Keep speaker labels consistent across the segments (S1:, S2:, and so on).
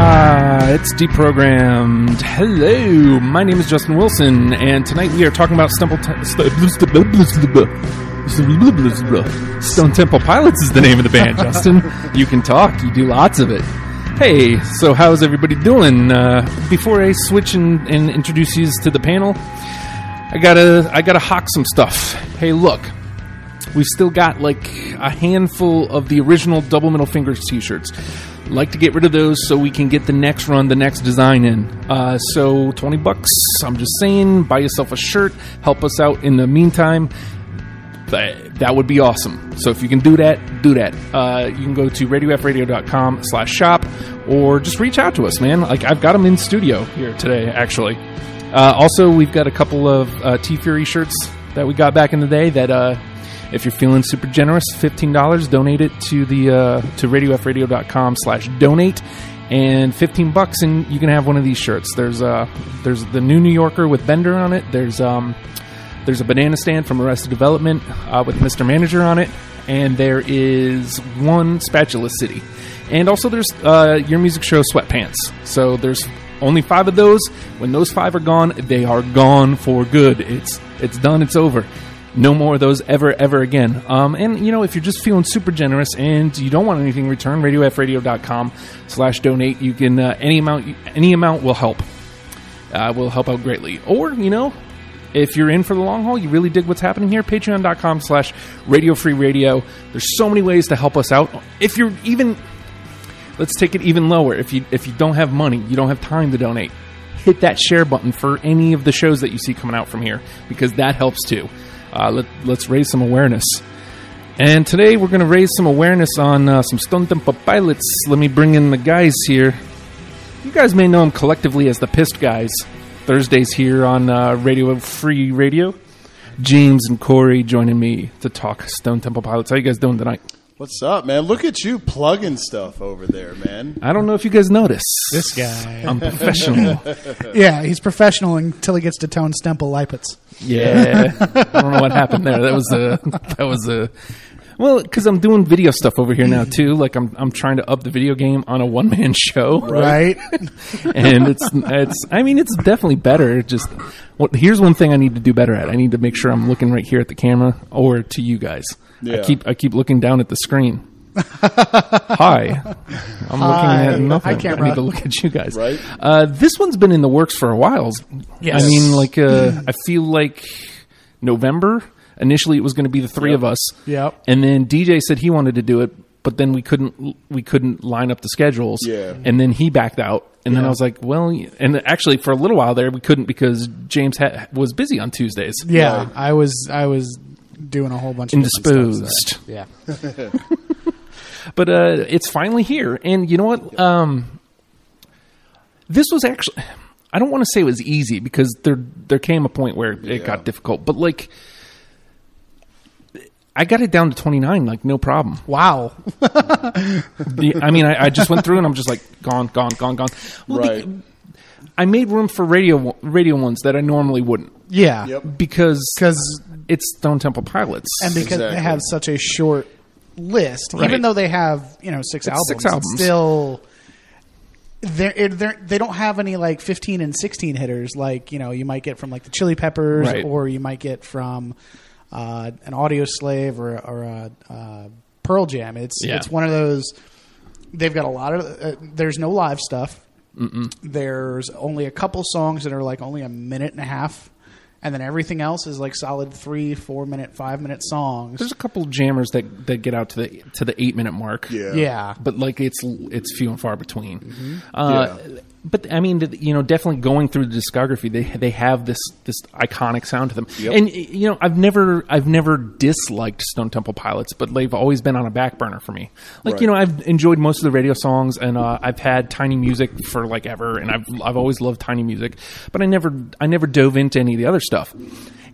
S1: Uh, It's deprogrammed. Hello, my name is Justin Wilson, and tonight we are talking about Stumble T- Stone Temple Pilots is the name of the band. Justin, you can talk. You do lots of it. Hey, so how's everybody doing? Uh, before I switch and, and introduce you to the panel, I gotta I gotta hawk some stuff. Hey, look, We've still got like a handful of the original Double Middle Fingers t shirts. Like to get rid of those so we can get the next run, the next design in. Uh, so 20 bucks, I'm just saying, buy yourself a shirt, help us out in the meantime. That, that would be awesome. So if you can do that, do that. Uh, you can go to radiofradio.com slash shop or just reach out to us, man. Like I've got them in studio here today, actually. Uh, also, we've got a couple of uh, T Fury shirts that we got back in the day that uh, if you're feeling super generous, fifteen dollars, donate it to the uh, to radiofradio.com slash donate, and fifteen bucks, and you can have one of these shirts. There's uh there's the New New Yorker with Bender on it. There's um there's a banana stand from Arrested Development uh, with Mr. Manager on it, and there is one Spatula City, and also there's uh, your music show sweatpants. So there's only five of those. When those five are gone, they are gone for good. It's it's done. It's over no more of those ever, ever again. Um, and, you know, if you're just feeling super generous and you don't want anything in return, radiofradio.com slash donate. You can, uh, any amount, any amount will help. Uh, will help out greatly. Or, you know, if you're in for the long haul, you really dig what's happening here, patreon.com slash radio free radio. There's so many ways to help us out. If you're even, let's take it even lower. If you, if you don't have money, you don't have time to donate, hit that share button for any of the shows that you see coming out from here because that helps too. Uh, let, let's raise some awareness. And today we're going to raise some awareness on uh, some Stone Temple Pilots. Let me bring in the guys here. You guys may know them collectively as the Pissed Guys. Thursdays here on uh, Radio Free Radio. James and Corey joining me to talk Stone Temple Pilots. How you guys doing tonight?
S2: What's up, man? Look at you plugging stuff over there, man.
S1: I don't know if you guys notice.
S3: This guy.
S1: I'm professional.
S3: Yeah, he's professional until he gets to Tone Stemple Lipitz.
S1: Yeah, I don't know what happened there. That was a that was a well because I'm doing video stuff over here now too. Like I'm I'm trying to up the video game on a one man show,
S3: Right?
S1: and it's it's I mean it's definitely better. Just what here's one thing I need to do better at. I need to make sure I'm looking right here at the camera or to you guys. I
S2: Yeah.
S1: keep I keep looking down at the screen. Hi, I'm looking at nothing.
S3: Hi, camera.
S1: I need to look at you guys.
S2: Right.
S1: Uh, this one's been in the works for a while.
S3: Yes.
S1: I mean, like, uh, I feel like November. Initially, it was going to be the three of us.
S3: Yep.
S1: And then DJ said he wanted to do it, but then we couldn't we couldn't line up the schedules.
S2: Yeah.
S1: And then he backed out. And then I was like, well, and actually for a little while there we couldn't because James ha- was busy on Tuesdays.
S3: Yeah, I was I was doing a whole bunch of different stuff,
S1: Indisposed.
S3: so- Yeah.
S1: but uh, it's finally here. And you know what? Um, this was actually. I don't want to say it was easy because there there came a point where it got difficult, but like I got it down to twenty nine, like no problem.
S3: Wow.
S1: The- I mean, I, I just went through and I'm just like gone, gone, gone, gone. Well, the-
S2: Right.
S1: I made room for radio radio ones that I normally wouldn't
S3: Yeah.
S2: Yep.
S1: because
S3: Because
S1: it's Stone Temple Pilots.
S3: and because they
S2: Exactly.
S3: have such a short list,
S1: Right.
S3: even though they have, you know, six albums,
S1: six
S3: it's
S1: albums.
S3: still they're, it- they're, they don't have any like 15 and 16 hitters like you know you might get from like the chili peppers
S1: Right.
S3: or you might get from uh, an audio slave or, or a uh, pearl jam it's
S1: Yeah.
S3: it's one of those they've got a lot of uh, there's no live stuff there's only a couple songs that are like only a minute and a half and then everything else is like solid three four minute five minute songs
S1: there's a couple jammers that that get out to the to the eight minute mark.
S2: Yeah.
S3: yeah
S1: but like it's it's few and far between. Uh, But I mean, th- you know, definitely going through the discography, they they have this this iconic sound to them.
S2: Yep.
S1: And y- you know, I've never I've never disliked Stone Temple Pilots, but they've always been on a back burner for me. Like you know, I've enjoyed most of the radio songs, and uh, I've had Tiny Music for like ever, and I've I've always loved Tiny Music, but I never I never dove into any of the other stuff.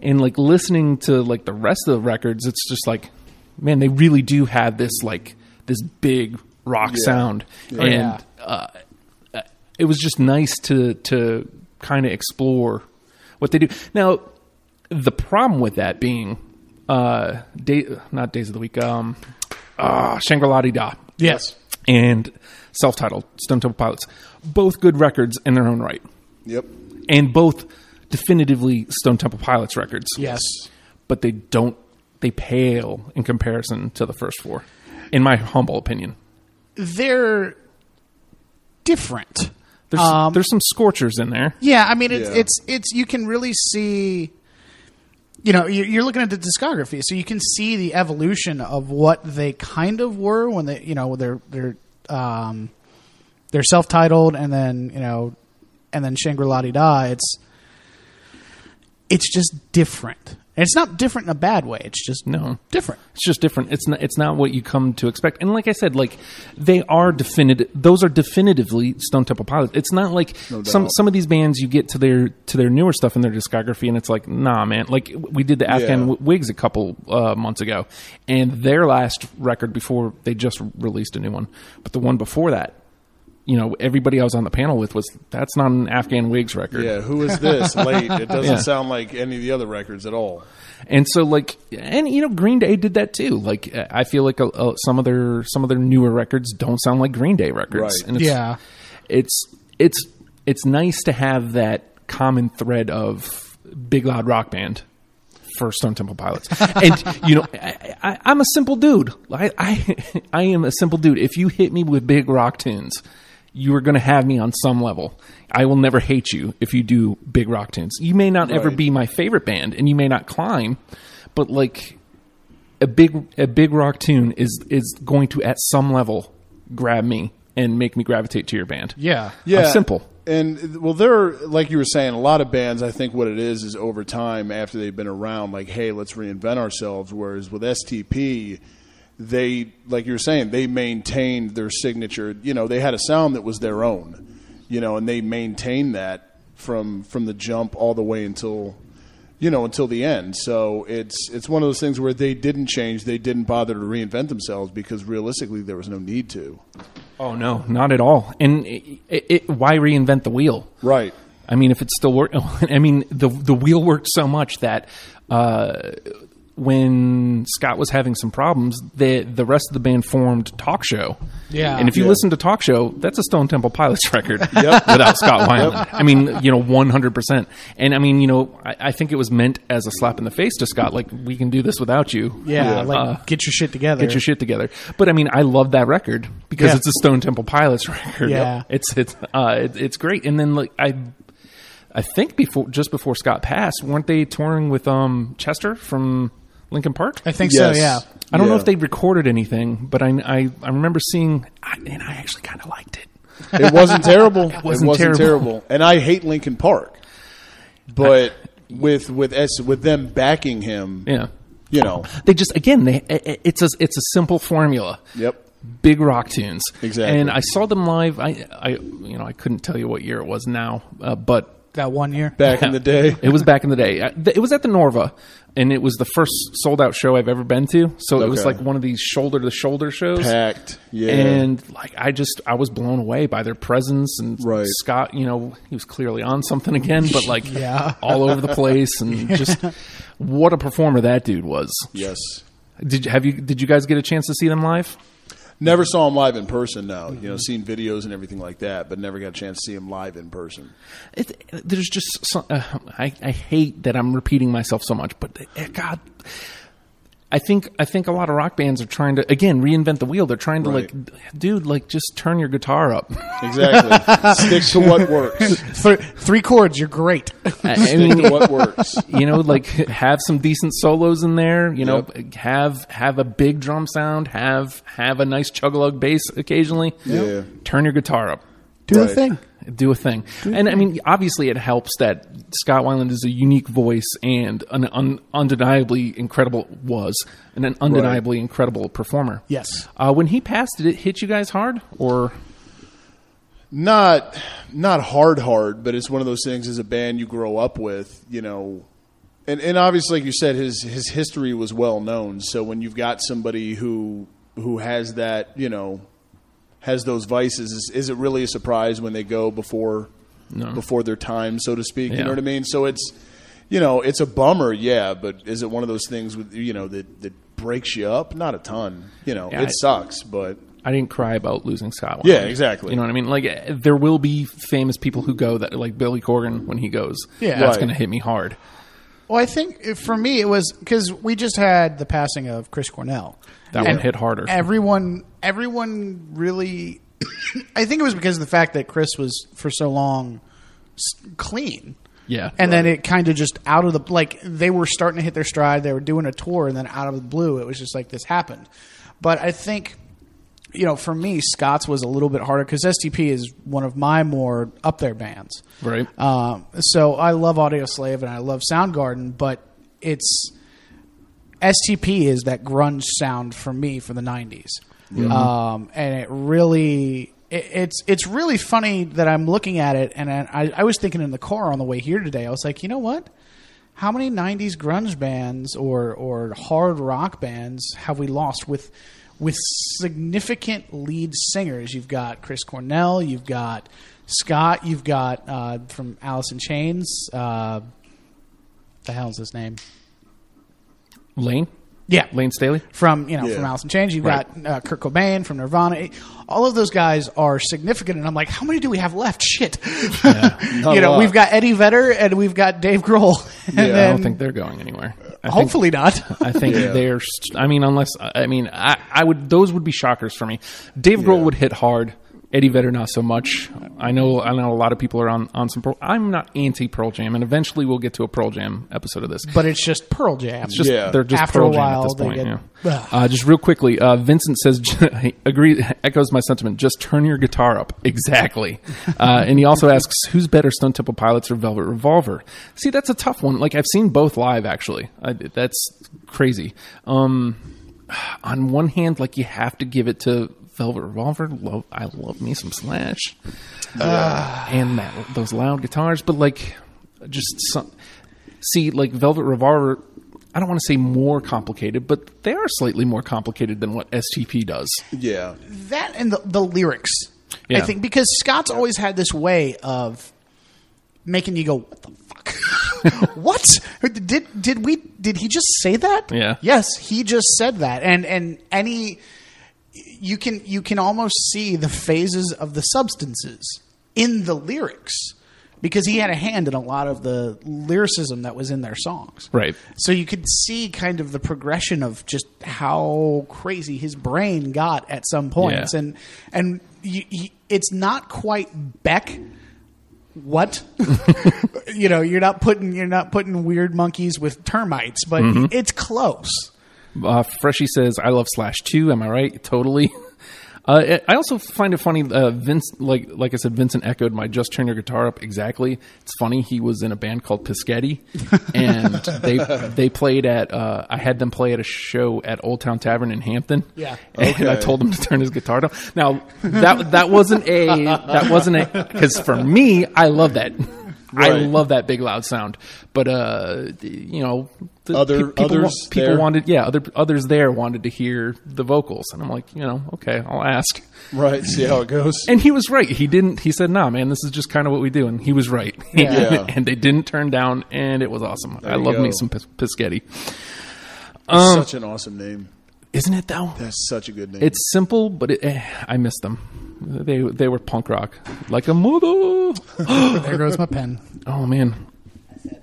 S1: And like listening to like the rest of the records, it's just like, man, they really do have this like this big rock sound, and
S3: Yeah.
S1: uh, it was just nice to to kind of explore what they do. Now, the problem with that being, uh, day, not days of the week, um, ah, Shangri La Da.
S3: yes
S1: uh, and self-titled Stone Temple Pilots, both good records in their own right,
S2: Yep.
S1: and both definitively Stone Temple Pilots records.
S3: Yes.
S1: but they don't. They pale in comparison to the first four, in my humble opinion.
S3: They're different.
S1: There's there's some scorchers in there.
S3: Um, Yeah, I mean, it's
S2: Yeah.
S3: it's it's you can really see. You know, you- you're looking at the discography, so you can see the evolution of what they kind of were when they, you know, they're they're um, they're self-titled, and then you know, and then Shangri La Di Da. It's it's just different. And it's not different in a bad way. It's just
S1: No.
S3: different.
S1: It's just different. It's not. It's not what you come to expect. And like I said, like they are definitive. Those are definitively Stone Temple Pilots. It's not like
S2: doubt.
S1: some some of these bands you get to their to their newer stuff in their discography, and it's like, nah, man. Like we did the Afghan
S2: Yeah.
S1: w Wigs a couple uh, months ago, and their last record before they just released a new one, but the one before that. You know, everybody I was on the panel with was that's not an Afghan Wigs record.
S2: Yeah. Who is this? Late. It doesn't
S1: Yeah.
S2: sound like any of the other records at all.
S1: And so, like, and you know, Green Day did that too. Like, I feel like uh uh some of their some of their newer records don't sound like Green Day records.
S2: Right.
S1: And it's,
S3: Yeah.
S1: it's it's it's nice to have that common thread of big loud rock band for Stone Temple Pilots. and you know, I, I, I'm a simple dude. I, I I am a simple dude. If you hit me with big rock tunes. You are going to have me on some level. I will never hate you if you do big rock tunes. You may not ever
S2: Right.
S1: be my favorite band, and you may not climb, but like a big a big rock tune is is going to at some level grab me and make me gravitate to your band.
S3: Yeah.
S1: I'm simple.
S2: And well, there, are, like you were saying, a lot of bands. I think what it is is over time, after they've been around, like, hey, let's reinvent ourselves. Whereas with STP, they, like you were saying, they maintained their signature. You know, they had a sound that was their own. You know, and they maintained that from from the jump all the way until, you know, until the end. So it's it's one of those things where they didn't change. They didn't bother to reinvent themselves because realistically, there was no need to.
S1: Oh no, not at all. And it, it, it, why reinvent the wheel?
S2: Right.
S1: I mean, if it's still working, I mean, the the wheel worked so much that uh, when Scott was having some problems, the the rest of the band formed Talk Show.
S3: Yeah.
S1: and if you
S2: Yeah.
S1: listen to Talk Show, that's a Stone Temple Pilots record
S2: Yep.
S1: without Scott Weiland. I mean, you know, one hundred percent. And I mean, you know, I, I think it was meant as a slap in the face to Scott, like we can do this without you.
S3: Yeah,
S2: Yeah.
S3: like
S1: Uh,
S3: get your shit together.
S1: Get your shit together, but I mean, I love that record because
S3: Yeah.
S1: it's a Stone Temple Pilots record.
S3: Yeah.
S1: it's it's uh, it, it's great. And then like I, I think before just before Scott passed, weren't they touring with um Chester from Lincoln Park?
S3: I think
S2: Yes.
S3: so. Yeah.
S1: I don't know
S2: Yeah.
S1: if they recorded anything, but I I, I remember seeing I, and I actually kind of liked it.
S2: It wasn't terrible. It
S1: wasn't
S2: wasn't,
S1: terrible.
S2: terrible. And I hate Lincoln Park, but with with S with them backing him,
S1: Yeah,
S2: you know,
S1: they just again they i- i- it's a it's a simple formula.
S2: yep,
S1: big rock tunes.
S2: Exactly.
S1: And I saw them live. I, I, you know, I couldn't tell you what year it was now, uh, but
S3: That one year.
S2: back in the day.
S1: it was back in the day. I- th- It was at the Norva, and it was the first sold out show I've ever been to. So it was
S2: Okay.
S1: like one of these shoulder to shoulder shows.
S2: Packed, yeah.
S1: And like I just I was blown away by their presence and
S2: Right.
S1: Scott, you know, he was clearly on something again, but like
S3: Yeah.
S1: all over the place and just what a performer that dude was.
S2: yes,
S1: Did you have you did you guys get a chance to see them live?
S2: never saw him live in person. Now you know, seen videos and everything like that, but never got a chance to see him live in person.
S1: it, there's just so, uh, I, I hate that I'm repeating myself so much, but uh, God, I think I think a lot of rock bands are trying to again reinvent the wheel. They're trying to
S2: Right.
S1: like, dude, like just turn your guitar up.
S2: Exactly. Stick to what works.
S3: Three, three chords. You're great.
S1: I, I
S2: Stick
S1: mean,
S2: to what works.
S1: you know, like have some decent solos in there. You know,
S2: Yep.
S1: have have a big drum sound. Have have a nice chug lug bass occasionally.
S2: Yeah.
S1: turn your guitar up.
S3: Do
S2: Right.
S3: the thing.
S1: do a thing. and I mean, obviously, it helps that Scott Weiland is a unique voice and an un- undeniably incredible was and an undeniably incredible performer.
S3: Yes.
S1: Uh, when he passed, did it hit you guys hard? Or
S2: not not hard hard, but it's one of those things as a band you grow up with, you know. And and obviously like you said his his history was well known, so when you've got somebody who who has that, you know, has those vices, is, is it really a surprise when they go before before their time, so to speak, you
S1: Yeah.
S2: know what I mean? So it's you know, it's a bummer, yeah, but is it one of those things with you know that that breaks you up? Not a ton, you know.
S1: Yeah,
S2: it
S1: I-
S2: sucks, but
S1: I didn't cry about losing Scott. Weiland.
S2: Yeah, exactly.
S1: You know what I mean? Like eh, there will be famous people who go that like Billy Corgan when he goes.
S3: Yeah.
S1: that's
S2: Right.
S1: going to hit me hard.
S3: Well, I think uh, for me it was because we just had the passing of Chris Cornell.
S1: That
S3: And
S1: one hit harder.
S3: Everyone, everyone really. I think it was because of the fact that Chris was for so long s- clean,
S1: yeah,
S3: and then it kind of just out of the like they were starting to hit their stride. They were doing a tour, and then out of the blue, it was just like this happened. But I think. You know, for me, Scott's was a little bit harder because STP is one of my more up there bands.
S1: right.
S3: Um, so I love Audio Slave and I love Soundgarden, but it's STP is that grunge sound for me for the '90s, um, and it really. it- It's it's really funny that I'm looking at it, and I, I was thinking in the car on the way here today. I was like, you know what? How many '90s grunge bands or or hard rock bands have we lost with with significant lead singers? You've got Chris Cornell, you've got Scott, you've got uh, from Alice in Chains. Uh, the hell's his name?
S1: Lane,
S3: Yeah,
S1: Lane Staley.
S3: from you know
S2: Yeah.
S3: from Alice in Chains. You've
S1: Right.
S3: got uh, Kurt Cobain from Nirvana. All of those guys are significant, and I'm like, how many do we have left? Shit,
S2: Not
S3: you
S2: a
S3: know,
S2: lot.
S3: we've got Eddie Vedder and we've got Dave Grohl, and
S2: Yeah, I
S1: I
S3: then
S1: don't think they're going anywhere. I think-
S3: hopefully not.
S1: I think
S2: Yeah.
S1: they're. St- I mean, unless I mean, I, I would. Those would be shockers for me. Dave Grohl
S2: Yeah.
S1: would hit hard. Eddie Vedder not so much. I know. I know a lot of people are on on some. Pearl, I'm not anti Pearl Jam, and eventually we'll get to a Pearl Jam episode of this.
S3: but it's just Pearl Jam.
S1: It's just
S2: Yeah.
S1: they're just
S3: After
S1: Pearl
S3: a
S1: Jam at this
S3: while, they
S1: point.
S3: get-
S1: yeah. uh, just real quickly, uh, Vincent says he agree echoes my sentiment. Just turn your guitar up, exactly. Uh, and he also asks, who's better, Stone Temple Pilots or Velvet Revolver? See, that's a tough one. Like I've seen both live, actually. I, that's crazy. Um, on one hand, like you have to give it to Velvet Revolver. Love, I love me some Slash and that, those loud guitars, but like just some, see like Velvet Revolver. I don't want to say more complicated, but they are slightly more complicated than what STP does.
S2: yeah.
S3: that and the, the lyrics. I
S1: Yeah.
S3: think because Scott's always had this way of making you go, "What the fuck? what did did we did he just say that?
S1: Yeah.
S3: Yes, he just said that, and and any you can you can almost see the phases of the substances in the lyrics because he had a hand in a lot of the lyricism that was in their songs.
S1: Right.
S3: So you could see kind of the progression of just how crazy his brain got at some points,
S1: Yeah.
S3: and and you, you, it's not quite Beck. What you know, you're not putting you're not putting weird monkeys with termites, but it's close.
S1: Uh, Freshie says, "I love Slash too." Am I right? Totally. Uh, it- I also find it funny. Uh, Vince, like like I said, Vincent echoed my "Just Turn Your Guitar Up." Exactly. It's funny. He was in a band called Piscetti, and they they played at. Uh, I had them play at a show at Old Town Tavern in Hampton.
S3: Yeah.
S1: and I
S2: Okay.
S1: told him to turn his guitar down. Now that that wasn't a that wasn't a because for me, I love that. I
S2: Right.
S1: love that big loud sound, but uh, you know, the
S2: Other-
S1: people, wa-
S2: others
S1: people
S2: there?
S1: wanted yeah other others there wanted to hear the vocals and i'm like you know okay i'll ask
S2: Right. See how it goes.
S1: and he was right he didn't he said nah man this is just kind of what we do and he was right
S2: Yeah.
S1: and they didn't turn down and it was awesome i
S2: you
S1: love me
S2: go.
S1: some Pis- Piscetti.
S2: such an awesome name.
S1: isn't it though
S2: That's such a good name.
S1: Um, it's simple but it, eh, i miss them they they were punk rock like a mother
S3: There goes my pen.
S1: oh man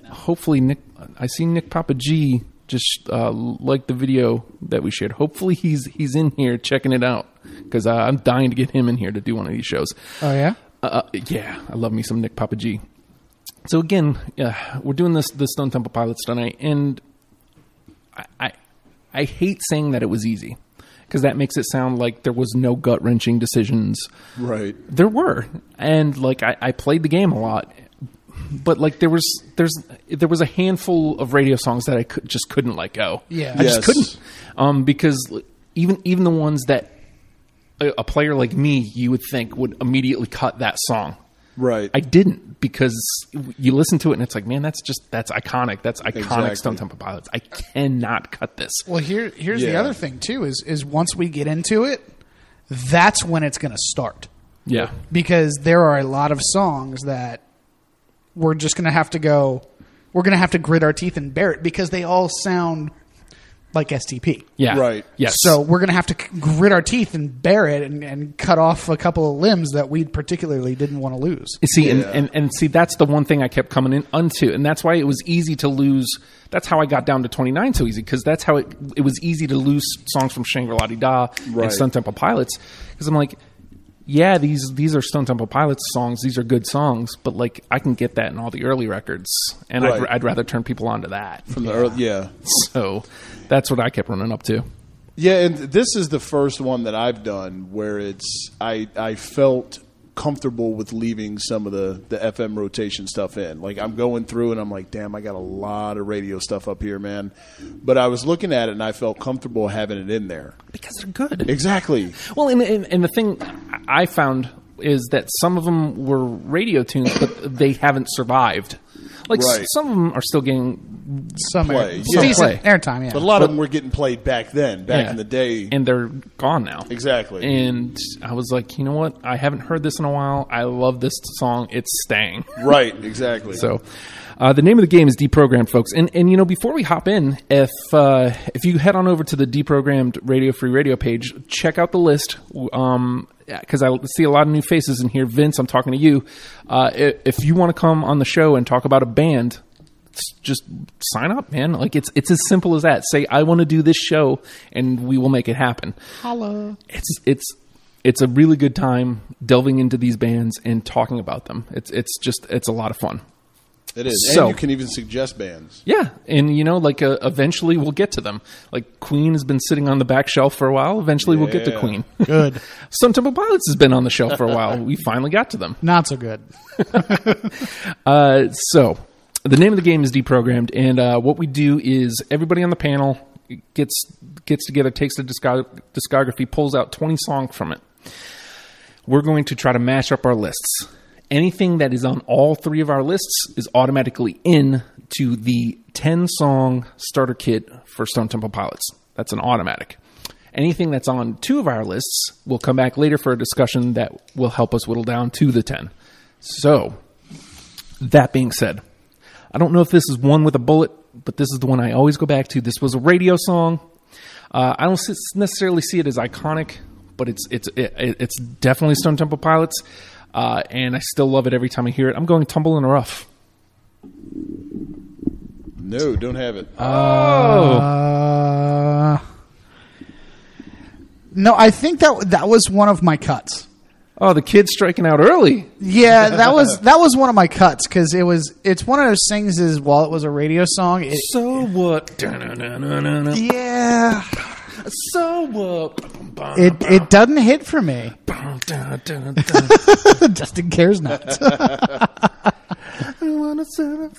S1: hopefully nick i see nick papa g just uh, like the video that we shared hopefully he's he's in here checking it out because uh, i'm dying to get him in here to do one of these shows
S3: Oh yeah,
S1: uh, yeah i love me some nick papa g so again yeah, we're doing this the stone temple pilots tonight and I, I i hate saying that it was easy because that makes it sound like there was no gut-wrenching decisions
S2: right.
S1: there were, and like I, I played the game a lot, but like there was there's there was a handful of radio songs that I could, just couldn't let go.
S3: Yeah.
S1: I just
S2: Yes.
S1: couldn't, um, because like, even even the ones that a, a player like me you would think would immediately cut that song.
S2: Right.
S1: I didn't because you listen to it and it's like, man, that's just that's iconic. That's iconic
S2: Exactly.
S1: Stone Temple Pilots. I cannot cut this.
S3: Well, here here's the
S2: Yeah.
S3: other thing too is is once we get into it, that's when it's going to start
S1: Yeah,
S3: because there are a lot of songs that we're just going to have to go we're going to have to grit our teeth and bear it because they all sound like STP.
S1: Yeah.
S2: Right.
S1: Yes.
S3: So we're going to have to c- grit our teeth and bear it and, and cut off a couple of limbs that we particularly didn't want to lose.
S1: See, and,
S2: Yeah.
S1: and, and see, that's the one thing I kept coming in unto, and that's why it was easy to lose. That's how I got down to twenty nine so easy because that's how it it was easy to lose songs from Shangri La Di Da
S2: Right.
S1: and Stone Temple Pilots because I'm like, yeah, these these are Stone Temple Pilots songs. These are good songs, but like I can get that in all the early records, and I'd,
S2: Right.
S1: I'd rather turn people on to that.
S2: From the early, yeah.
S1: So that's what I kept running up to.
S2: Yeah, and this is the first one that I've done where it's I I felt comfortable with leaving some of the the FM rotation stuff in. Like I'm going through and I'm like, damn, I got a lot of radio stuff up here, man. But I was looking at it and I felt comfortable having it in there.
S1: Because they're good.
S2: Exactly.
S1: Well, and, and and the thing I found is that some of them were radio tunes, but they haven't survived. Like s-
S2: Right.
S1: some of them are still getting
S3: Some
S2: Play,
S3: air,
S2: yeah.
S3: decent
S1: Play.
S3: airtime, yeah.
S2: But a lot of them were getting played back then, back
S1: yeah,
S2: in the day.
S1: and they're gone now.
S2: exactly.
S1: And I was like, you know what? I haven't heard this in a while. I love this song. It's staying.
S2: right, exactly.
S1: So, uh, the name of the game is Deprogrammed, folks. And and you know, before we hop in, if uh, if you head on over to the Deprogrammed Radio Free Radio page, check out the list. Um, because I see a lot of new faces in here. Vince, I'm talking to you. Uh, i- if you want to come on the show and talk about a band, s- just sign up, man. Like it's it's as simple as that. Say I want to do this show, and we will make it happen
S3: Holla.
S1: it's it's it's a really good time delving into these bands and talking about them. It's it's just it's a lot of fun.
S2: it is.
S1: so-
S2: and you can even suggest bands.
S1: Yeah, and you know, like uh, eventually we'll get to them. Like Queen has been sitting on the back shelf for a while. Eventually we'll get to
S2: Yeah.
S1: Queen.
S3: Good.
S1: Stone Temple Pilots has been on the shelf for a while. We finally got to them.
S3: Not so good.
S1: Uh, so the name of the game is deprogrammed, and uh, what we do is everybody on the panel gets gets together, takes the discog- discography, pulls out twenty songs from it. We're going to try to mash up our lists. Anything that is on all three of our lists is automatically in to the ten song starter kit for Stone Temple Pilots. That's an automatic. Anything that's on two of our lists will come back later for a discussion that will help us whittle down to the ten. So that being said, I don't know if this is one with a bullet, but this is the one I always go back to. This was a radio song. Uh, I don't s- necessarily see it as iconic, but it's it's it, it's definitely Stone Temple Pilots, uh, and I still love it every time I hear it. I'm going Tumble in a Rough.
S2: No, don't have it.
S3: Uh, no, I think that that was one of my cuts.
S1: Oh, the kid's striking out early.
S3: Yeah, that was that was one of my cuts because it was it's one of those things. Is while it was a radio song, it,
S1: So what? Da-na-na-na-na-na.
S3: yeah,
S1: So what?
S3: it it doesn't hit for me.
S1: Da-da-da-da.
S3: Justin cares not.
S1: I wanna say-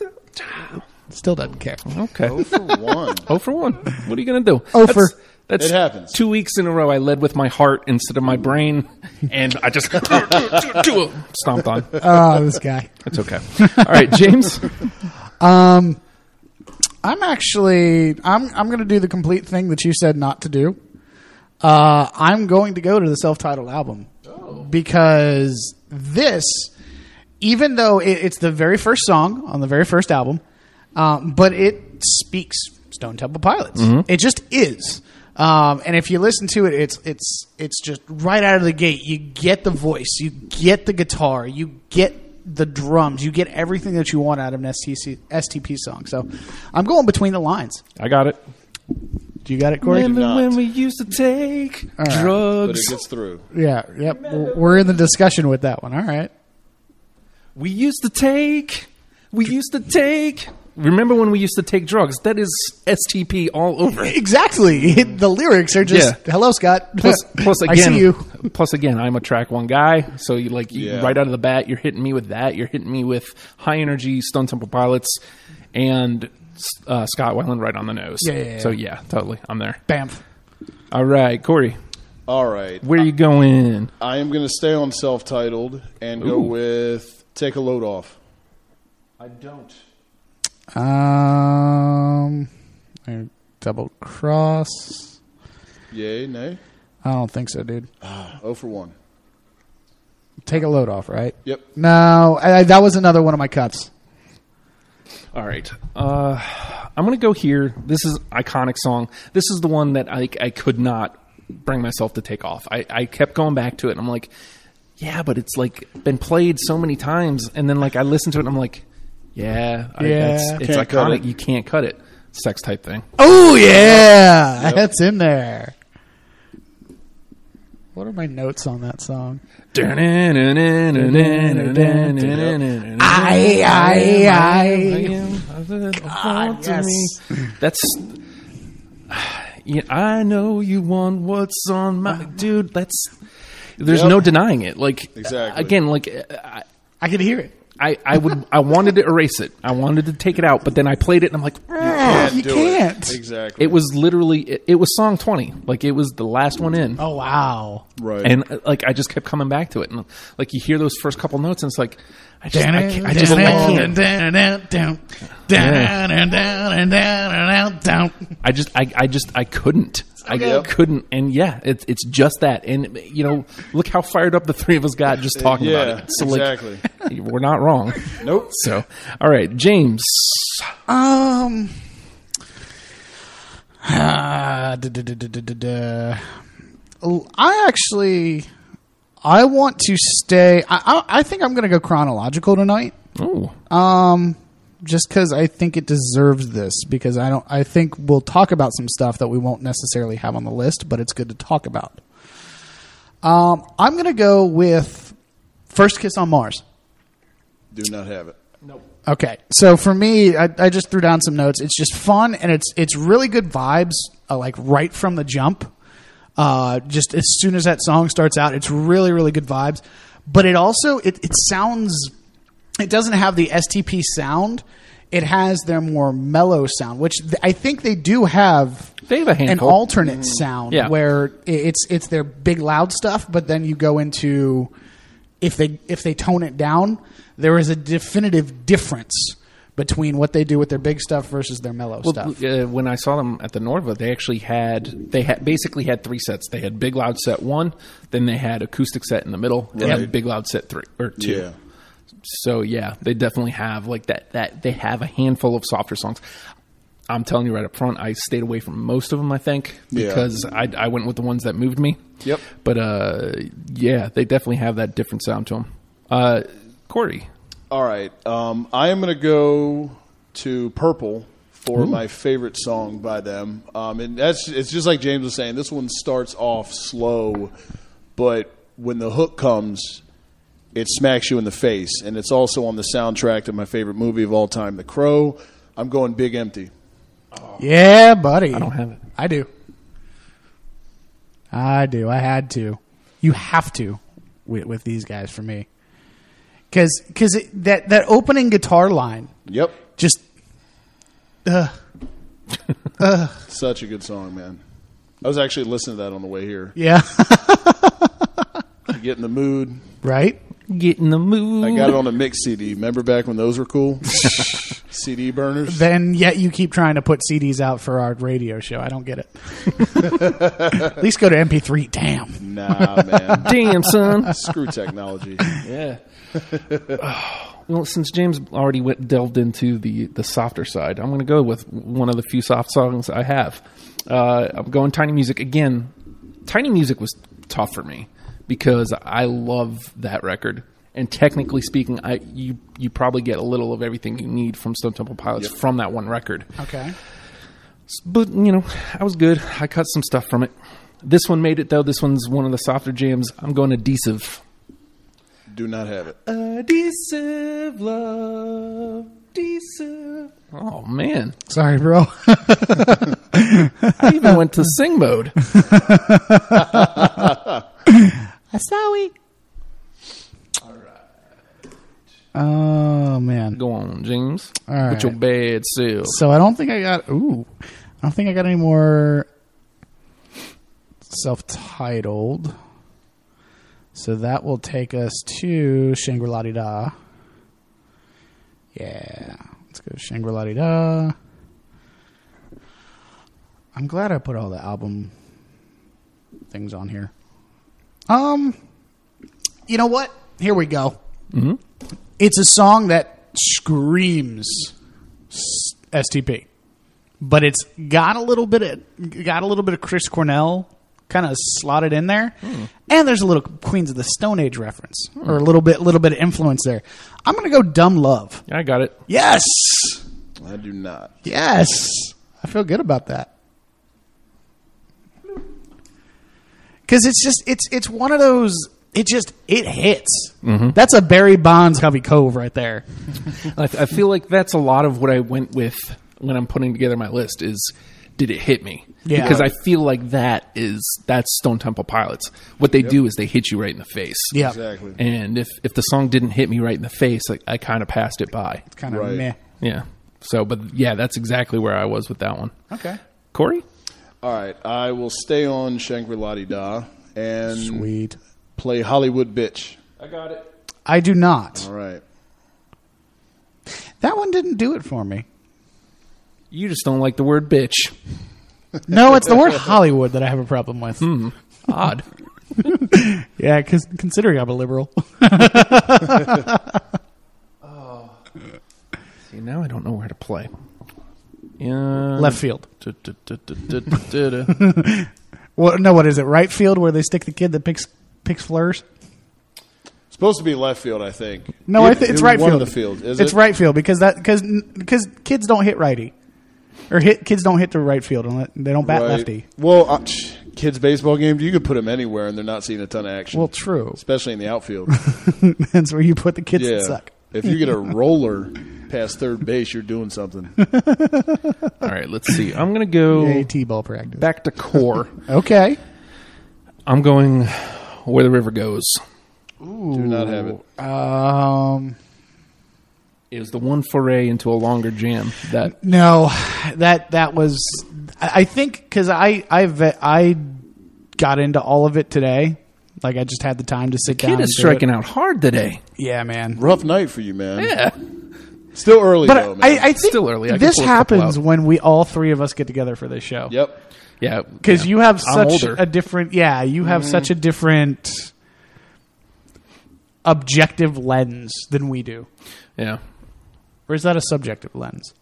S3: Still doesn't care.
S1: Okay.
S2: Oh, for one.
S1: Oh for one. What are you gonna do?
S3: Oh
S1: that's,
S3: for-
S1: that's
S2: It happens.
S1: Two weeks in a row, I led with my heart instead of my brain, and I just stomped on.
S3: Oh, this guy.
S1: It's okay. All right, James.
S3: I'm actually I'm I'm going to do the complete thing that you said not to do. Uh, I'm going to go to the self-titled album Oh. because this, even though it, it's the very first song on the very first album, um, but it speaks Stone Temple Pilots.
S1: Mm-hmm.
S3: It just is. Um, and if you listen to it, it's it's it's just right out of the gate. You get the voice, you get the guitar, you get the drums, you get everything that you want out of an STC, STP song. So I'm going between the lines.
S1: I got it.
S3: Do you got it, Corey?
S2: Remember not.
S1: when
S2: when
S1: we used to take
S3: right.
S2: But it
S1: drugs,
S2: gets through.
S3: Yeah, yep. We're- We're in the discussion with that one. All right.
S1: we used to take, we used to take. Remember when we used to take drugs? That is STP all over.
S3: Exactly. The lyrics are just
S1: Yeah.
S3: hello, Scott.
S1: Plus, plus
S3: I
S1: again,
S3: see you.
S1: plus again, I'm a track one guy. So you like you-
S2: Yeah.
S1: right out of the bat, you're hitting me with that. You're hitting me with high energy Stone Temple Pilots and uh, Scott Weiland right on the nose.
S3: Yeah, yeah, yeah.
S1: So yeah, totally, I'm there.
S3: Bam.
S1: All right, Corey,
S2: All right.
S1: where you going?
S2: I am going to stay on self titled and
S1: Ooh.
S2: go with Take a Load Off.
S1: I don't.
S3: Um, I double cross.
S2: Yay, nay?
S3: I don't think so, dude.
S2: Oh for 1.
S3: Take a load off, right?
S2: Yep.
S3: No, I, I- that was another one of my cuts.
S1: All right, uh, I'm gonna go here. This is iconic song. This is the one that I I could not bring myself to take off. I, I kept going back to it and I'm like, yeah, but it's like been played so many times and then like I listened to it and I'm like, yeah, I,
S3: Yeah.
S1: that's- it's
S2: Can't cut
S1: iconic.
S2: it.
S1: You can't cut it. Sex type thing.
S3: Oh yeah, that's in there. What are my notes on that song? I, I, yes.
S1: That's. Yeah, I know you want what's on my dude. That's. There's
S2: Yep.
S1: no denying it. Like
S2: Exactly.
S1: Again, like I,
S3: I could hear it.
S1: I, I would. I wanted to erase it. I wanted to take it out, but then I played it, and I'm like,
S2: Can't
S3: you
S2: do
S3: can't.
S2: It. Exactly.
S1: it was literally. It, it was song 20. Like it was the last one in.
S3: Oh wow!
S2: right.
S1: and uh, like I just kept coming back to it, and like you hear those first couple notes, and it's like I just I, can't, I just I can't. I just I, I just I couldn't. I
S2: Okay.
S1: couldn't, and yeah, it's it's just that, and you know, look how fired up the three of us got just talking
S2: yeah,
S1: about it. So
S2: exactly.
S1: like, we're not wrong.
S2: nope.
S1: So, all right, James,
S3: Um. ah, duh, duh, duh, duh, duh, duh, duh. L- I actually, I want to stay. I, I, I think I'm going to go chronological tonight, um,
S1: oh,
S3: just because I think it deserves this. Because I don't. I think we'll talk about some stuff that we won't necessarily have on the list, but it's good to talk about. Um, I'm going to go with first kiss on Mars.
S2: Do not have it.
S3: Okay, so for me, I, I just threw down some notes. It's just fun and it's it's really good vibes, uh, like right from the jump. Uh, just as soon as that song starts out, it's really really good vibes. But it also it, it sounds it doesn't have the STP sound. It has their more mellow sound, which th- I think they do have
S1: They have a
S3: an
S1: handful. Mm.
S3: alternate sound
S1: Yeah.
S3: where i- it's it's their big loud stuff, but then you go into if they if they tone it down, there is a definitive difference between what they do with their big stuff versus their mellow
S1: Well,
S3: stuff.
S1: uh, when I saw them at the Norva, they actually had they had basically had three sets. They had big loud set one, then they had acoustic set in the middle, and then
S2: Right.
S1: big loud set three or two.
S2: Yeah.
S1: So yeah, they definitely have like that. That they have a handful of softer songs. I'm telling you right up front, I stayed away from most of them. I think
S2: Yeah.
S1: because I, I went with the ones that moved me.
S2: Yep.
S1: But uh, yeah, they definitely have that different sound to them. Uh, Corey,
S2: All right. Um, I am going to go to Purple for my favorite song by them. Um, and that's it's just like James was saying. This one starts off slow, but when the hook comes, it smacks you in the face. And it's also on the soundtrack to my favorite movie of all time, The Crow. I'm going Big Empty.
S3: yeah, buddy. I
S1: don't have it.
S3: I do. I do. I had to. You have to with, with these guys for me. Cuz cuz that that opening guitar line
S2: Yep.
S3: just uh,
S2: Such a good song, man. I was actually listening to that on the way here.
S3: yeah,
S2: You Get in the mood.
S3: right?
S1: get in the mood.
S2: I got it on a mix CD. Remember back when those were cool? CD burners.
S3: Then yet you keep trying to put CDs out for our radio show. I don't get it. At least go to MP3. Damn.
S2: Nah, man.
S1: Damn son.
S2: Screw technology.
S1: Yeah. well, since James already went, delved into the the softer side, I'm going to go with one of the few soft songs I have. Uh, I'm going Tiny Music again. Tiny Music was tough for me because I love that record. And technically speaking, I you you probably get a little of everything you need from Stone Temple Pilots from that one record.
S3: Okay.
S1: But you know, I was good. I cut some stuff from it. This one made it though. This one's one of the softer jams. I'm going adhesive.
S2: Do not have it.
S1: Adhesive love, adhesive. Oh man,
S3: Sorry, bro.
S1: I even went to sing mode.
S3: Sorry. Oh man.
S1: Go on, James.
S3: All right.
S1: With your bad self.
S3: So I don't think I got. Ooh, I don't think I got any more self-titled. So that will take us to Shangri La Di Da. Yeah, let's go Shangri La Di Da. I'm glad I put all the album things on here. Um, you know what? Here we go. It's a song that screams STP. but it's got a little bit of got a little bit of Chris Cornell kind of slotted in there, and there's a little Queens of the Stone Age reference or a little bit little bit of influence there. I'm gonna go Dumb Love.
S1: I got it.
S3: Yes,
S2: I do not.
S3: yes, I feel good about that. Because it's just it's it's one of those. It just it hits. That's a Barry Bonds Covey Cove right there.
S1: I, I feel like that's a lot of what I went with when I'm putting together my list is did it hit me?
S3: Yeah.
S1: Because I feel like that is that's Stone Temple Pilots. What they do is they hit you right in the face.
S3: Yeah,
S2: Exactly.
S1: And if if the song didn't hit me right in the face, like I kind of passed it by.
S3: kind of
S2: Right.
S3: meh.
S1: Yeah. So, but yeah, that's exactly where I was with that one.
S3: Okay.
S1: Corey,
S2: All right, I will stay on Shangri La Di Da and
S3: Sweet.
S2: play Hollywood Bitch.
S1: I got it.
S3: I do not.
S2: All right.
S3: That one didn't do it for me.
S1: You just don't like the word bitch.
S3: No, it's the word Hollywood that I have a problem with.
S2: Hmm.
S1: Odd.
S3: Yeah, because considering I'm a liberal.
S1: See, now I don't know where to play. Yeah.
S2: Hmm.
S3: Left field.
S1: Du-du-du-du-du-du-du.
S3: Well, no, what is it? Right field where they stick the kid that picks picks flurs?
S2: Supposed to be left field, I think.
S3: No,
S2: It-
S3: I th- it's
S2: it
S3: right
S2: won
S3: field.
S2: The field. Is
S3: it's
S2: it?
S3: right field because that because because kids don't hit righty, or hit kids don't hit the right field unless they don't bat
S2: Right.
S3: lefty.
S2: Well, uh, tch, kids' baseball games, you could put them anywhere and they're not seeing a ton of action,
S3: Well, true.
S2: especially in the outfield.
S3: That's where you put the kids
S2: Yeah.
S3: that suck.
S2: If you get a roller past third base, you're doing something.
S1: All right, let's see. I'm gonna go
S3: Yay, t-ball practice.
S1: back to core.
S3: Okay.
S1: I'm going where the river goes.
S2: Do not have it.
S3: Um.
S1: It was the one foray into a longer jam that
S3: No, that that was. I I think because I I ve- I got into all of it today. Like I just had the time to sit down.
S1: kid is
S3: and do
S1: striking
S3: it.
S1: out hard today.
S3: Yeah, man.
S2: Rough night for you, man.
S1: Yeah,
S2: Still early,
S3: But
S2: though, man.
S3: I, I think
S1: Still early. I can
S3: this
S1: pull a couple
S3: happens
S1: out.
S3: when we all three of us get together for this show.
S2: yep.
S1: yeah.
S3: Because
S1: yeah.
S3: you have
S1: I'm
S3: such
S1: older. Mm-hmm.
S3: a different. Yeah, you have such a different objective lens than we do.
S1: yeah,
S3: Or is that a subjective lens?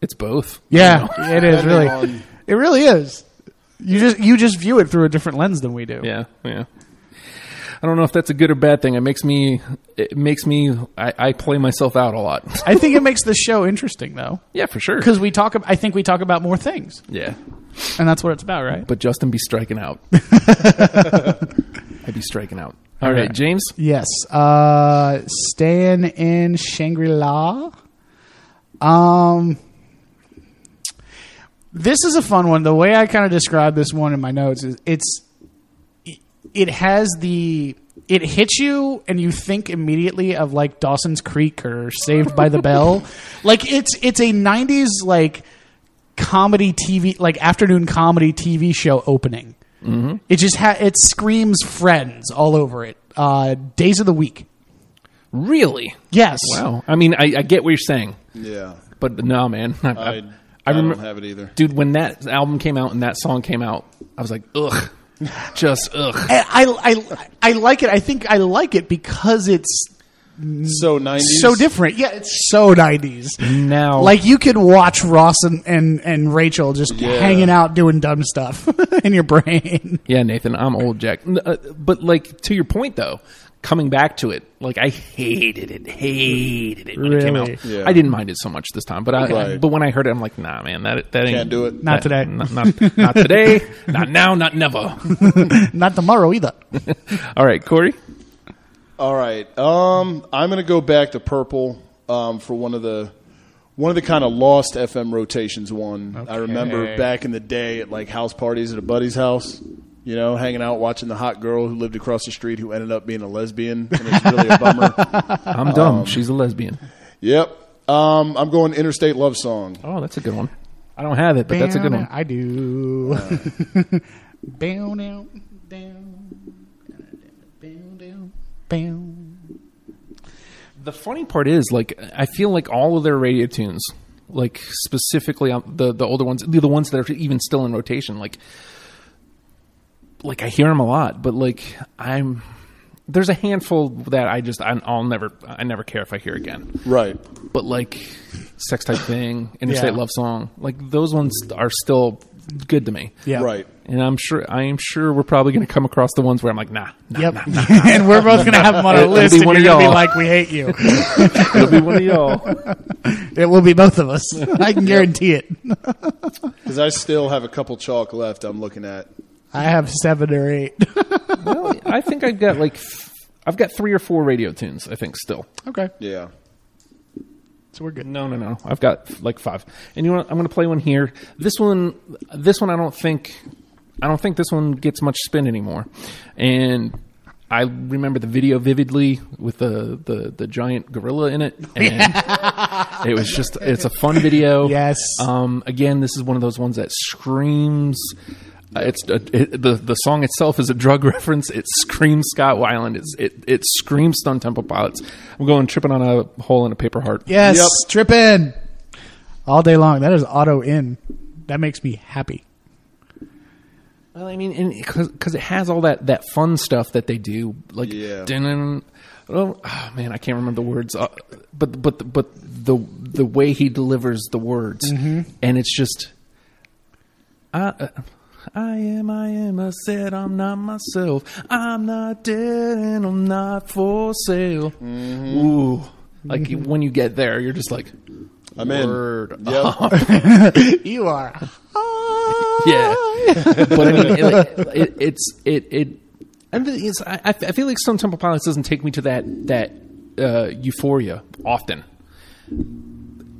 S1: it's both.
S3: Yeah, it is
S2: Depending
S3: really.
S2: on-
S3: It really is. You just you just view it through a different lens than we do.
S1: Yeah, yeah. I don't know if that's a good or bad thing. It makes me. It makes me. I, I play myself out a lot.
S3: I think it makes the show interesting though,
S1: yeah, for sure.
S3: because we talk. ab- I think we talk about more things,
S1: Yeah,
S3: and that's what it's about, right?
S1: but Justin be striking out. I'd be striking out. All right,
S3: right.
S1: James.
S3: Yes. Uh, staying in Shangri La. Um, this is a fun one. The way I kind of describe this one in my notes is it's it has the it hits you and you think immediately of like Dawson's Creek or Saved by the Bell. Like it's it's a 90s like comedy TV like afternoon comedy TV show opening. It just ha- it screams Friends all over it. Uh, days of the week.
S1: Really?
S3: Yes.
S1: Wow. I mean, I, I get what you're saying,
S2: Yeah.
S1: but no, man. I,
S2: I, I,
S1: remember.
S2: don't have it either.
S1: dude when that album came out and that song came out i was like ugh just ugh
S3: And I, I I like it. I think I like it because it's
S2: So 90s.
S3: so different. Yeah, it's so 90s.
S1: now
S3: Like you could watch Ross and, and, and Rachel just
S2: Yeah.
S3: hanging out doing dumb stuff in your brain.
S1: yeah nathan i'm old jack N- uh, but like to your point though coming back to it like i hated it hated it when it came
S3: Really?
S1: out
S2: Yeah.
S1: i didn't mind it so much this time but i
S2: Right.
S1: but when i heard it i'm like nah man that that ain't
S2: Can't do it.
S3: Not
S1: that-
S3: today.
S1: not, not, not today not now not never
S3: Not tomorrow either.
S1: all right corey
S2: All right. Um, I'm going to go back to purple um, for one of the one of the kind of lost FM rotations. One I remember
S3: Okay.
S2: back in the day at like house parties at a buddy's house. You know, hanging out watching the hot girl who lived across the street who ended up being a lesbian, and it's really a bummer.
S1: i'm dumb
S2: Um,
S1: she's a lesbian
S2: Yep. Um, I'm going Interstate Love Song.
S1: oh that's a good one i don't have it but that's a good one
S3: I do. Bow down, down, bow down, bow.
S1: The funny part is, like, I feel like all of their radio tunes, like specifically um, the the older ones, the the ones that are even still in rotation, like, like I hear them a lot, but like I'm there's a handful that I just I, I'll never I never care if I hear again,
S2: Right.
S1: but like sex type thing, interstate
S3: Yeah.
S1: love song, like those ones are still good to me.
S3: Yeah.
S2: Right.
S1: And I'm sure I am sure we're probably going to come across the ones where I'm like, nah, nah
S3: Yep. and we're both going to have them on our
S1: It'll
S3: list
S1: be
S3: and
S1: one
S3: you're
S1: of
S3: going to be
S1: y'all.
S3: like, we hate you.
S1: it'll be one of y'all.
S3: it will be both of us. I can guarantee it.
S2: Because I still have a couple chalk left I'm looking at.
S3: I have seven or eight.
S1: Well, I think I've got like th- I've got three or four radio tunes. I think still.
S3: okay.
S2: Yeah.
S3: So we're good.
S1: No, no, no. I've got like five. And you know what? I'm going to play one here. This one, this one, I don't think, I don't think this one gets much spin anymore. And I remember the video vividly with the the, the giant gorilla in it. And It was just, it's a fun video.
S3: Yes.
S1: Um. Again, this is one of those ones that screams. uh, It's uh, it, the the song itself is a drug reference. It screams Scott Weiland. It's it it screams Stone Temple Pilots. I'm going tripping on a hole in a paper heart.
S3: Yes.
S2: Yep.
S3: Trip in all day long. That is auto in. That makes me happy.
S1: Well, I mean, because it has all that, that fun stuff that they do, like
S2: Yeah.
S1: dun- oh, ah, man, I can't remember the words, uh, but but but the the way he delivers the words, and it's just, I, uh, I am, I am, I said I'm not myself, I'm not dead, and I'm not for sale. Ooh, like when you get there, you're just like,
S2: I'm in.
S1: Word.
S2: Yep.
S3: You are.
S1: yeah. but I mean, it, like, it, it's it it, and the, it's, I, I feel like Stone Temple Pilots doesn't take me to that that uh, euphoria often.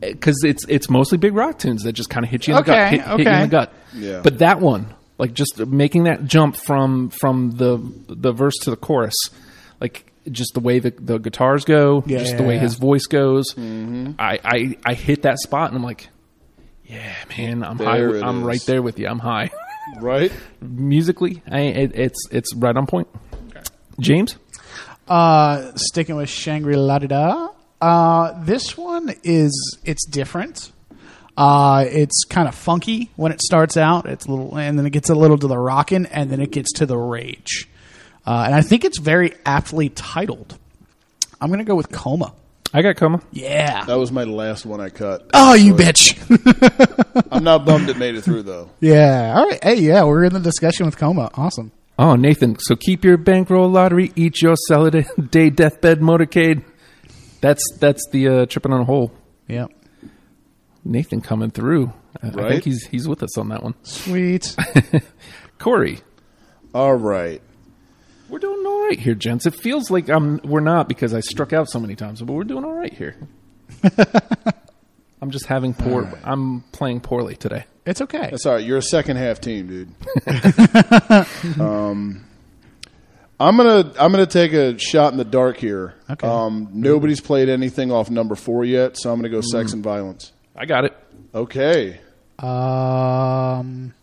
S1: Because it's it's mostly big rock tunes that just kind of hit you in the gut,
S3: Okay,
S1: hit, hit you in
S3: okay.
S1: the gut.
S2: Yeah.
S1: But that one, like just making that jump from from the the verse to the chorus, like just the way the, the guitars go,
S3: Yeah,
S1: just
S3: yeah,
S1: the way
S3: yeah.
S1: his voice goes. I, I I hit that spot and I'm like, yeah, man, I'm high.
S2: There it
S1: I'm
S2: is.
S1: right there with you. I'm high.
S2: right?
S1: Musically, I, it, it's it's right on point. James,
S3: Uh, sticking with Shangri La Da Da. Uh, this one is it's different. Uh, it's kind of funky when it starts out. It's a little, and then it gets a little to the rockin', and then it gets to the rage. Uh, and I think it's very aptly titled. I'm gonna go with coma.
S1: I got coma.
S3: Yeah.
S2: That was my last one I cut.
S3: Oh, you bitch.
S2: I'm not bummed it made it through, though.
S3: yeah. All right. Hey, yeah, we're in the discussion with coma. Awesome.
S1: Oh, Nathan. So keep your bankroll lottery. Eat your salad day deathbed motorcade. That's that's the uh, tripping on a hole.
S3: Yep.
S1: Nathan coming through. I, I
S2: Right.
S1: think he's he's with us on that one.
S3: Sweet.
S1: Corey,
S2: All right.
S1: we're doing all right here, gents. It feels like I'm we're not because I struck out so many times, but we're doing all right here. I'm just having poor. I'm playing poorly today.
S3: it's okay.
S2: That's all right. Uh, You're a second half team, dude. um, I'm gonna I'm gonna take a shot in the dark here.
S3: Okay.
S2: Um, nobody's played anything off number four yet, so I'm gonna go sex and violence.
S1: I got it.
S2: Okay.
S3: Um,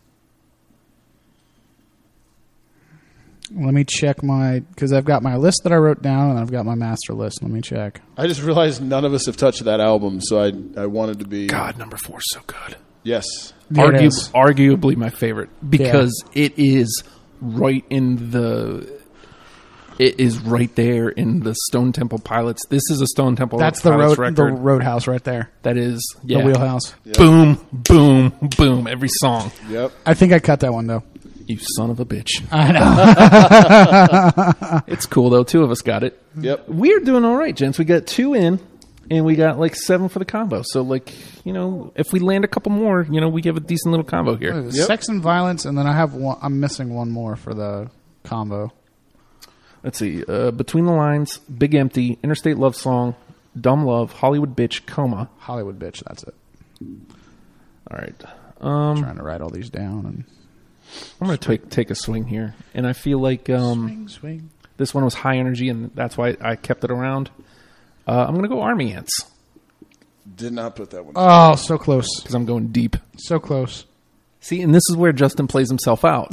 S3: let me check my because I've got my list that I wrote down and I've got my master list. Let me check.
S2: I just realized none of us have touched that album, so I I wanted to be
S1: God, number four, so good.
S2: yes.
S3: There it
S1: Argu-
S3: is.
S1: arguably my favorite because it is right in the. It is right there in the Stone Temple Pilots. This is a Stone Temple.
S3: That's the road,
S1: Pilots
S3: the
S1: record.
S3: roadhouse right there,
S1: that is yeah.
S3: the wheelhouse.
S1: Boom, boom, boom! Every song.
S2: Yep.
S3: I think I cut that one though.
S1: You son of a bitch.
S3: I know.
S1: It's cool though. Two of us got it.
S2: Yep.
S1: We're doing all right, gents. We got two in, and we got like seven for the combo. So like you know, if we land a couple more, you know, we have a decent little combo here.
S3: Sex and violence, and then I have one. I'm missing one more for the combo.
S1: Let's see. Uh, Between the Lines, Big Empty, Interstate Love Song, Dumb Love, Hollywood Bitch, Coma.
S3: Hollywood bitch. That's it.
S1: All right. Um,
S3: Trying to write all these down and
S1: I'm going to take take a swing here, and I feel like um,
S3: swing, swing.
S1: this one was high energy, and that's why I kept it around. Uh, I'm going to go Army Ants
S2: Did not put that one.
S3: Oh, so close,
S1: because I'm going deep.
S3: so close.
S1: See, and this is where Justin plays himself out.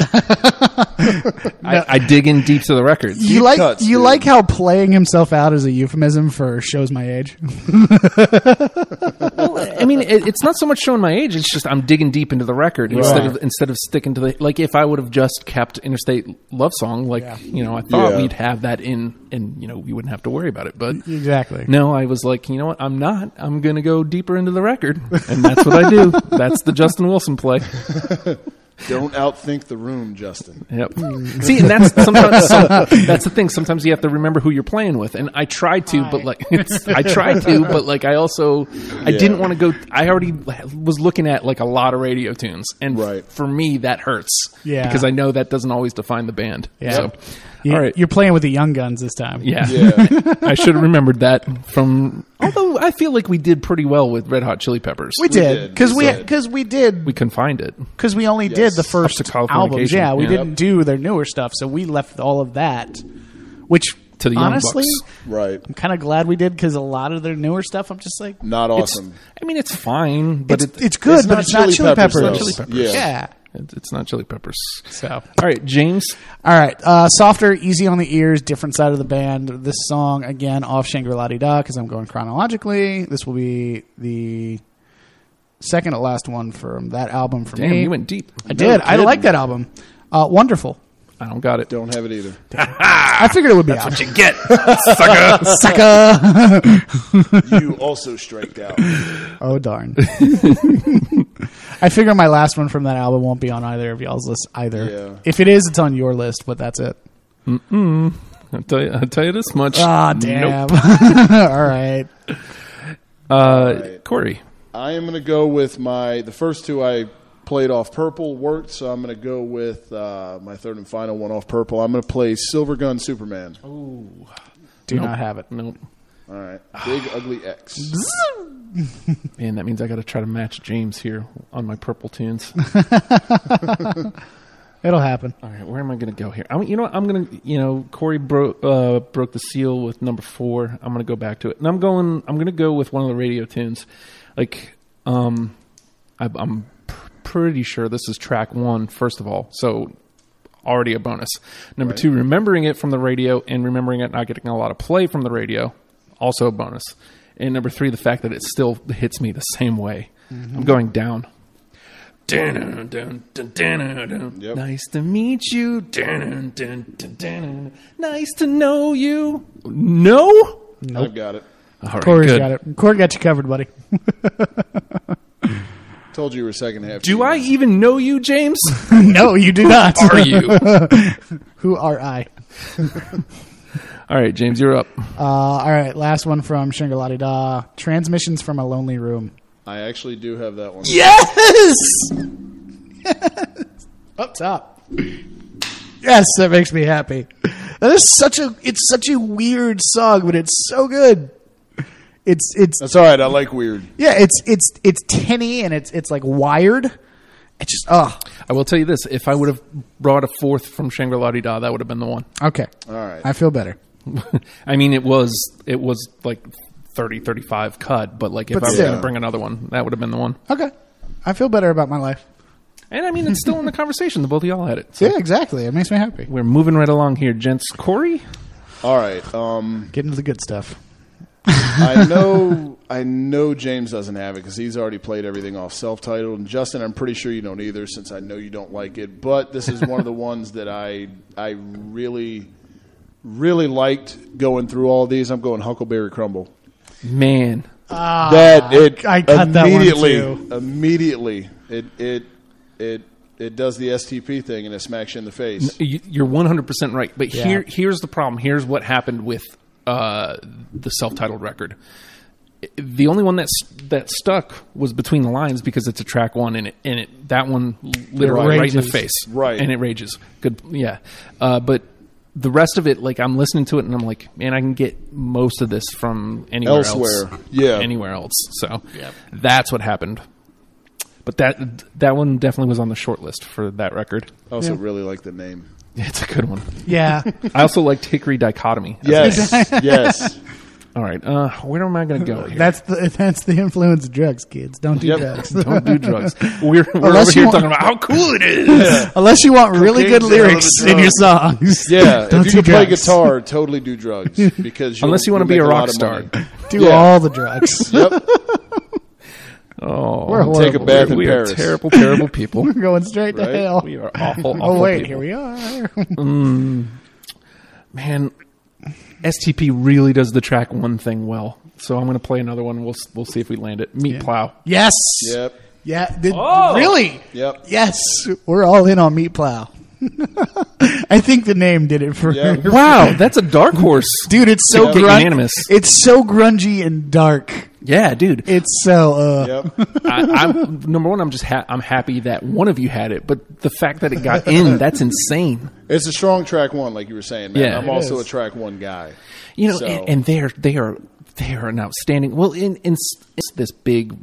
S1: I, I dig in deep to the records.
S3: You like
S2: cuts,
S3: you
S2: dude.
S3: like how playing himself out is a euphemism for shows my age.
S1: I mean, it, it's not so much showing my age. It's just I'm digging deep into the record instead of instead of sticking to the like. If I would have just kept Interstate Love Song, like
S3: Yeah.
S1: you know, I thought
S2: Yeah.
S1: we'd have that in, and you know, we wouldn't have to worry about it. But
S3: Exactly.
S1: no, I was like, you know what? I'm not. I'm gonna go deeper into the record, and that's what I do. that's the Justin Wilson play.
S2: Don't outthink the room, Justin.
S1: Yep.
S3: Hmm.
S1: See, and that's sometimes some, that's the thing. Sometimes you have to remember who you're playing with, and I tried to, but
S3: Hi.
S1: like it's, I tried to, but like I also I didn't want to go. I already was looking at like a lot of radio tunes, and f-
S2: Right.
S1: for me that hurts.
S3: Yeah.
S1: because I know that doesn't always define the band.
S3: Yeah.
S1: So,
S3: You,
S1: all right.
S3: You're playing with the young guns this time.
S1: Yeah,
S2: Yeah.
S1: I should have remembered that from. Although I feel like we did pretty well with Red Hot Chili Peppers.
S3: We did
S2: did.
S3: because
S2: We
S3: we
S2: did.
S3: because we did
S1: we confined it.
S3: because we only
S2: Yes.
S3: did the
S1: Up to
S3: first
S1: Californication.
S3: albums. Yeah, we
S1: Yeah.
S3: didn't do their newer stuff, so we left all of that. Which
S1: To the Young
S3: honestly,
S1: Bucks.
S2: Right.
S3: I'm kind of glad we did because a lot of their newer stuff, I'm just like,
S2: Not
S1: It's-
S2: awesome.
S1: I mean, it's fine, but
S3: it's,
S1: it's,
S3: it's, good,
S2: it's
S3: but
S2: not
S3: it's not
S2: Chili
S3: Chili
S2: Peppers, though.
S3: Peppers.
S1: Chili Peppers.
S3: Yeah.
S1: it's not Chili Peppers.
S3: So.
S1: All right, James.
S3: All right, uh, softer, easy on the ears, different side of the band. This song again off Shangri La Di Da because I'm going chronologically. This will be the second to last one from that album for
S1: Damn,
S3: me.
S1: you went deep.
S3: I did. I
S2: kidding.
S3: like that album. Uh, wonderful.
S1: I don't got it.
S2: Don't have it either.
S3: I figured it would be out.
S1: you get, sucker.
S3: Sucker.
S2: You also striked out.
S3: Oh darn. I figure my last one from that album won't be on either of y'all's list either.
S2: Yeah.
S3: If it is, it's on your list, but that's it.
S1: I'll tell you, I'll tell you this much.
S3: Ah, damn.
S1: Nope.
S3: All right.
S1: Uh, Corey.
S2: I am going to go with my the first two I played off purple worked, so I'm going to go with uh, my third and final one off purple. I'm going to play Silver Gun Superman. All
S3: Do not have it.
S1: Nope.
S2: right, Big Ugly X.
S1: Man, that means I got to try to match James here on my purple tunes.
S3: It'll happen.
S1: All right, where am I going to go here? I'm, you know, what? I'm going to, you know, Corey broke uh, broke the seal with number four. I'm going to go back to it, and I'm going. I'm going to go with one of the radio tunes. Like, um, I, I'm pr- pretty sure this is track one, first of all. So already a bonus. Number two, remembering it from the radio and remembering it not getting a lot of play from the radio, also a bonus. And number three, the fact that it still hits me the same way. I'm going down. Dun, dun, dun, dun, dun.
S2: Yep.
S1: Nice to meet you. Dun, dun, dun, dun. Nice to know you. No.
S2: I've got it.
S1: All right,
S3: Corey's
S1: good.
S3: got it. Corey got you covered, buddy.
S2: Told you you were second half.
S1: Do I even know you, James?
S3: no, you do not.
S1: Are you?
S3: Who are I?
S1: All right, James, you're up.
S3: Uh, all right, last one from Shangri La Di Da. Transmissions from a Lonely Room.
S2: I actually do have that one.
S3: Yes! Up top. Yes, that makes me happy. That is such a it's such a weird song, but it's so good. It's it's
S2: That's all right. I like weird.
S3: yeah, it's it's it's tinny and it's it's like wired. It's just oh
S1: I will tell you this: if I would have brought a fourth from Shangri La Di Da, that would have been the one.
S3: okay.
S2: All right.
S3: I feel better.
S1: I mean, it was it was like 30, 35 cut, but like if
S3: But
S1: I was
S3: still.
S1: going to bring another one, that would have been the one.
S3: Okay. I feel better about my life.
S1: And I mean, it's still in the conversation. The both of y'all had it. So
S3: Yeah, exactly. It makes me happy.
S1: We're moving right along here, gents. Corey,
S2: All right. Um,
S3: Get into the good stuff.
S2: I know. I know James doesn't have it because he's already played everything off self-titled. And Justin, I'm pretty sure you don't either, since I know you don't like it. But this is one of the ones that I I really really liked going through all these. I'm going Huckleberry Crumble.
S1: man,
S2: that it
S3: Ah, I cut that one,
S2: immediately
S3: too.
S2: immediately it it it it does the STP thing and it smacks you in the face.
S1: you- you're one hundred percent right. But
S3: Yeah.
S1: here, here's the problem. Here's what happened with uh, the self-titled record. The only one that s- that stuck was between the lines because it's a track one, and it and it that one literally right in the
S3: rages.
S1: face,
S2: Right.
S1: and it rages. Good, yeah. Uh, but the rest of it, like I'm listening to it, and I'm like, man, I can get most of this from anywhere
S2: Elsewhere.
S1: else,
S2: Yeah.
S1: anywhere else. So that's what happened. But that that one definitely was on the short list for that record.
S2: I also
S3: Yeah.
S2: really like the name.
S1: It's a good one.
S3: Yeah.
S1: I also liked Hickory Dichotomy.
S2: Yes, yes.
S1: All right. Uh, where am I going to go here?
S3: that's the that's the influence of drugs, kids. Don't do
S2: Yep.
S3: drugs.
S1: Don't do drugs. We're, we're
S3: Unless
S1: over here
S3: you want-
S1: talking about how cool it is.
S3: Unless you want really
S2: Cocaine's
S3: good
S2: the hell of a
S3: lyrics in your songs.
S2: Yeah, if
S3: Don't
S2: you
S3: do
S2: can play
S3: drugs.
S2: guitar, totally do drugs because you'll-
S1: Unless you wanna
S2: you'll
S1: be a
S2: make
S1: rock
S2: lot of
S1: star.
S2: money.
S3: Do
S2: Yeah.
S3: all the drugs.
S2: Yep.
S1: Oh,
S3: We're
S1: take a
S3: horrible.
S1: bath
S2: We're-
S1: in
S2: we are
S1: Paris. terrible, terrible people.
S3: We're going straight
S2: Right?
S3: to hell.
S1: we are awful.
S3: oh
S1: awful
S3: wait,
S1: people.
S3: here we are.
S1: man. STP really does the track one thing well. So I'm going to play another one. We'll s- we'll see if we land it. Meat Plow.
S3: yes.
S2: Yep.
S3: Yeah. Did,
S1: Oh.
S3: Really?
S2: Yep.
S3: Yes. We're all in on meat plow. I think the name did it for
S2: Yeah.
S1: Wow, that's a dark horse.
S3: Dude, it's so
S1: Yep. Get
S3: grungy.
S1: unanimous.
S3: It's so grungy and dark.
S1: Yeah, dude.
S3: It's so uh
S2: Yep.
S1: I, I'm number one. I'm just ha- I'm happy that one of you had it, but the fact that it got in, that's insane.
S2: It's a strong track one, like you were saying, man.
S1: Yeah.
S2: I'm
S1: It
S2: also
S3: is.
S2: a track one guy.
S1: You know,
S2: So-
S1: and, and they're they are they are an outstanding. Well, in in s- it's this big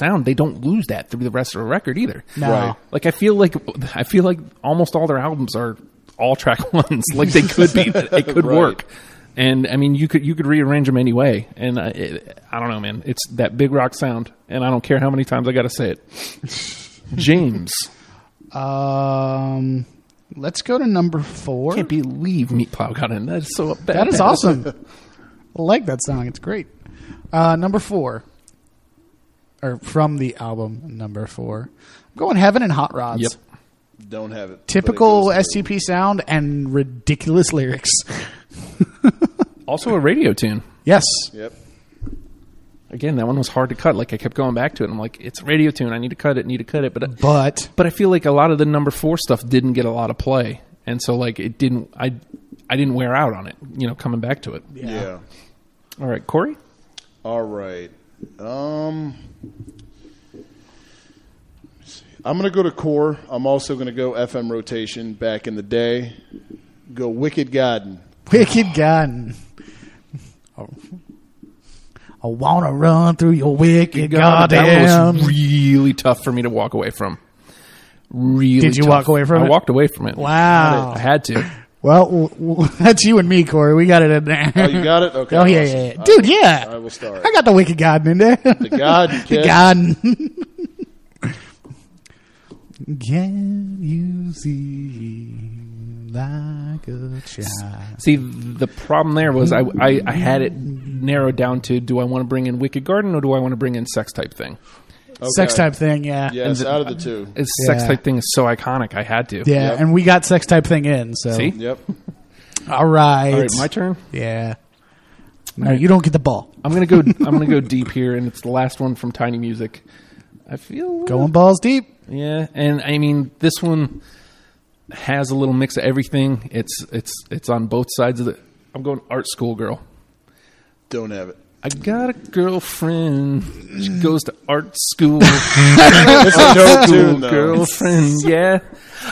S1: sound, they don't lose that through the rest of the record either.
S3: no.
S2: Right.
S1: Like I feel like I feel like almost all their albums are all track ones. Like they could be, it could
S2: Right.
S1: work. And I mean, you could you could rearrange them any way. And I, it, I don't know, man. It's that big rock sound, and I don't care how many times I got to say it. James,
S3: Um let's go to number
S1: I
S3: four.
S1: can't believe Meat Plow got in. That is so bad.
S3: That is awesome. I like that song. It's great. Uh, number four, or from the album number four, I'm going Heaven and Hot Rods.
S1: Yep.
S2: Don't have it. but it
S3: Typical
S2: goes through.
S3: STP sound and ridiculous lyrics.
S1: Also a radio tune.
S3: Yes.
S2: Yep.
S1: Again, that one was hard to cut. Like I kept going back to it. I'm like, it's a radio tune. I need to cut it. Need to cut it. But
S3: But
S1: but I feel like a lot of the number four stuff didn't get a lot of play, and so like it didn't. I I didn't wear out on it. You know, coming back to it.
S2: Yeah.
S1: All right, Corey.
S2: All right. Um. I'm going to go to core. I'm also going to go FM rotation back in the day. Go Wicked Garden.
S3: Wicked Garden. I want to run through your wicked
S1: that
S3: garden.
S1: one was really tough for me to walk away from. Really,
S3: Did you
S1: tough.
S3: walk away from
S1: I
S3: it?
S1: walked away from it.
S3: Wow.
S1: I had to.
S3: well, w- w- that's you and me, Corey. We got it in there.
S2: Oh, you got it? Okay.
S3: Oh yeah,
S2: awesome.
S3: yeah, yeah.
S2: I
S3: dude,
S2: will-
S3: yeah.
S2: I will start.
S3: I got the wicked garden in there. The
S2: garden, kid.
S3: garden. Can you see like a child?
S1: See, the problem there was I, I, I had it narrowed down to: do I want to bring in Wicked Garden or do I want to bring in Sex Type Thing?
S3: Sex
S2: Okay.
S3: type thing, yeah. yeah.
S2: Yes, out of the two.
S1: It's Sex
S3: Yeah.
S1: Type Thing is so iconic. I had to.
S2: Yep.
S3: and we got sex type thing in. So
S1: See.
S2: Yep.
S3: all right,
S1: All right, my turn.
S3: yeah. No, you don't get the ball.
S1: I'm gonna go. I'm gonna go deep here, and it's the last one from Tiny Music. I feel
S3: Going balls deep.
S1: Yeah, and I mean this one has a little mix of everything. It's it's it's on both sides of the. I'm going art school girl.
S2: Don't have it.
S1: I got a girlfriend. She goes to art school.
S2: It's a dope
S1: School
S2: tune, though.
S1: girlfriend, yeah.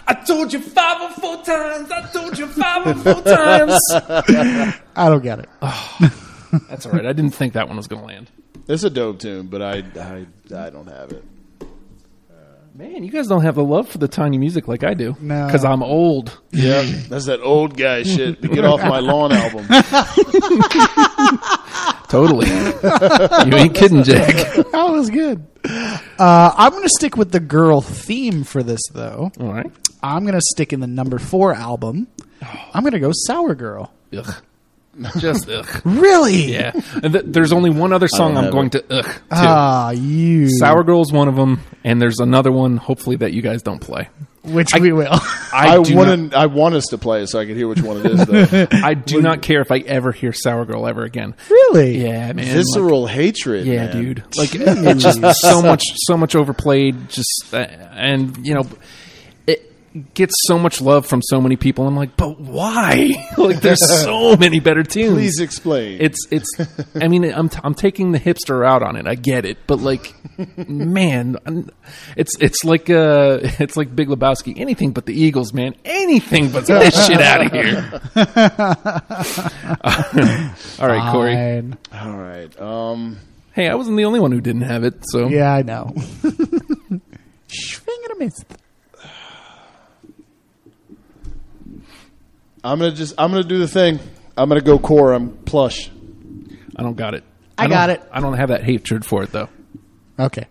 S1: I told you five or four times. I told you five or four times.
S3: I don't get it.
S1: That's all right. I didn't think that one was going to land.
S2: It's a dope tune, but I, I, I don't have it.
S1: Man, you guys don't have the love for the tiny music like I do.
S3: No.
S1: because I'm old.
S2: Yeah, that's that old guy shit. The Get Off My Lawn album.
S1: Totally. you ain't kidding, Jack.
S3: that was good. Uh, I'm going to stick with the girl theme for this though.
S1: All right.
S3: I'm gonna stick in the number four album.
S1: Oh.
S3: I'm gonna go Sour Girl.
S1: Ugh. Just ugh.
S3: Really?
S1: Yeah. And th- there's only one other song I'm
S2: have
S1: going to ugh to.
S3: Ah, you.
S1: Sour Girl's one of them, and there's another one. Hopefully that you guys don't play.
S3: which we will.
S1: I,
S2: I
S1: do
S2: want to. I want us to play it so I can hear which one it is. Though.
S1: not. I do not care if I ever hear Sour Girl ever again.
S3: really?
S1: Yeah, man. Like,
S2: Visceral hatred.
S1: yeah,
S2: man.
S1: dude. Like it's just so much, so much overplayed. Just uh, and you know, it gets so much love from so many people. I'm like, but why? like there's so many better tunes.
S2: Please explain.
S1: It's it's. I mean, I'm t- I'm taking the hipster out on it. I get it, but like, man, I'm- it's it's like uh, it's like Big Lebowski. Anything but the Eagles, man. Anything but get this shit out of here. All right, Corey.
S3: Fine.
S2: All right. Um.
S1: Hey, I wasn't the only one who didn't have it. So
S3: Yeah, I know. Swing and a miss.
S2: I'm gonna just. I'm gonna do the thing. I'm gonna go core. I'm plush.
S1: I don't got it.
S3: I
S1: don't-
S3: got it.
S1: I don't have that hatred for it though.
S3: Okay.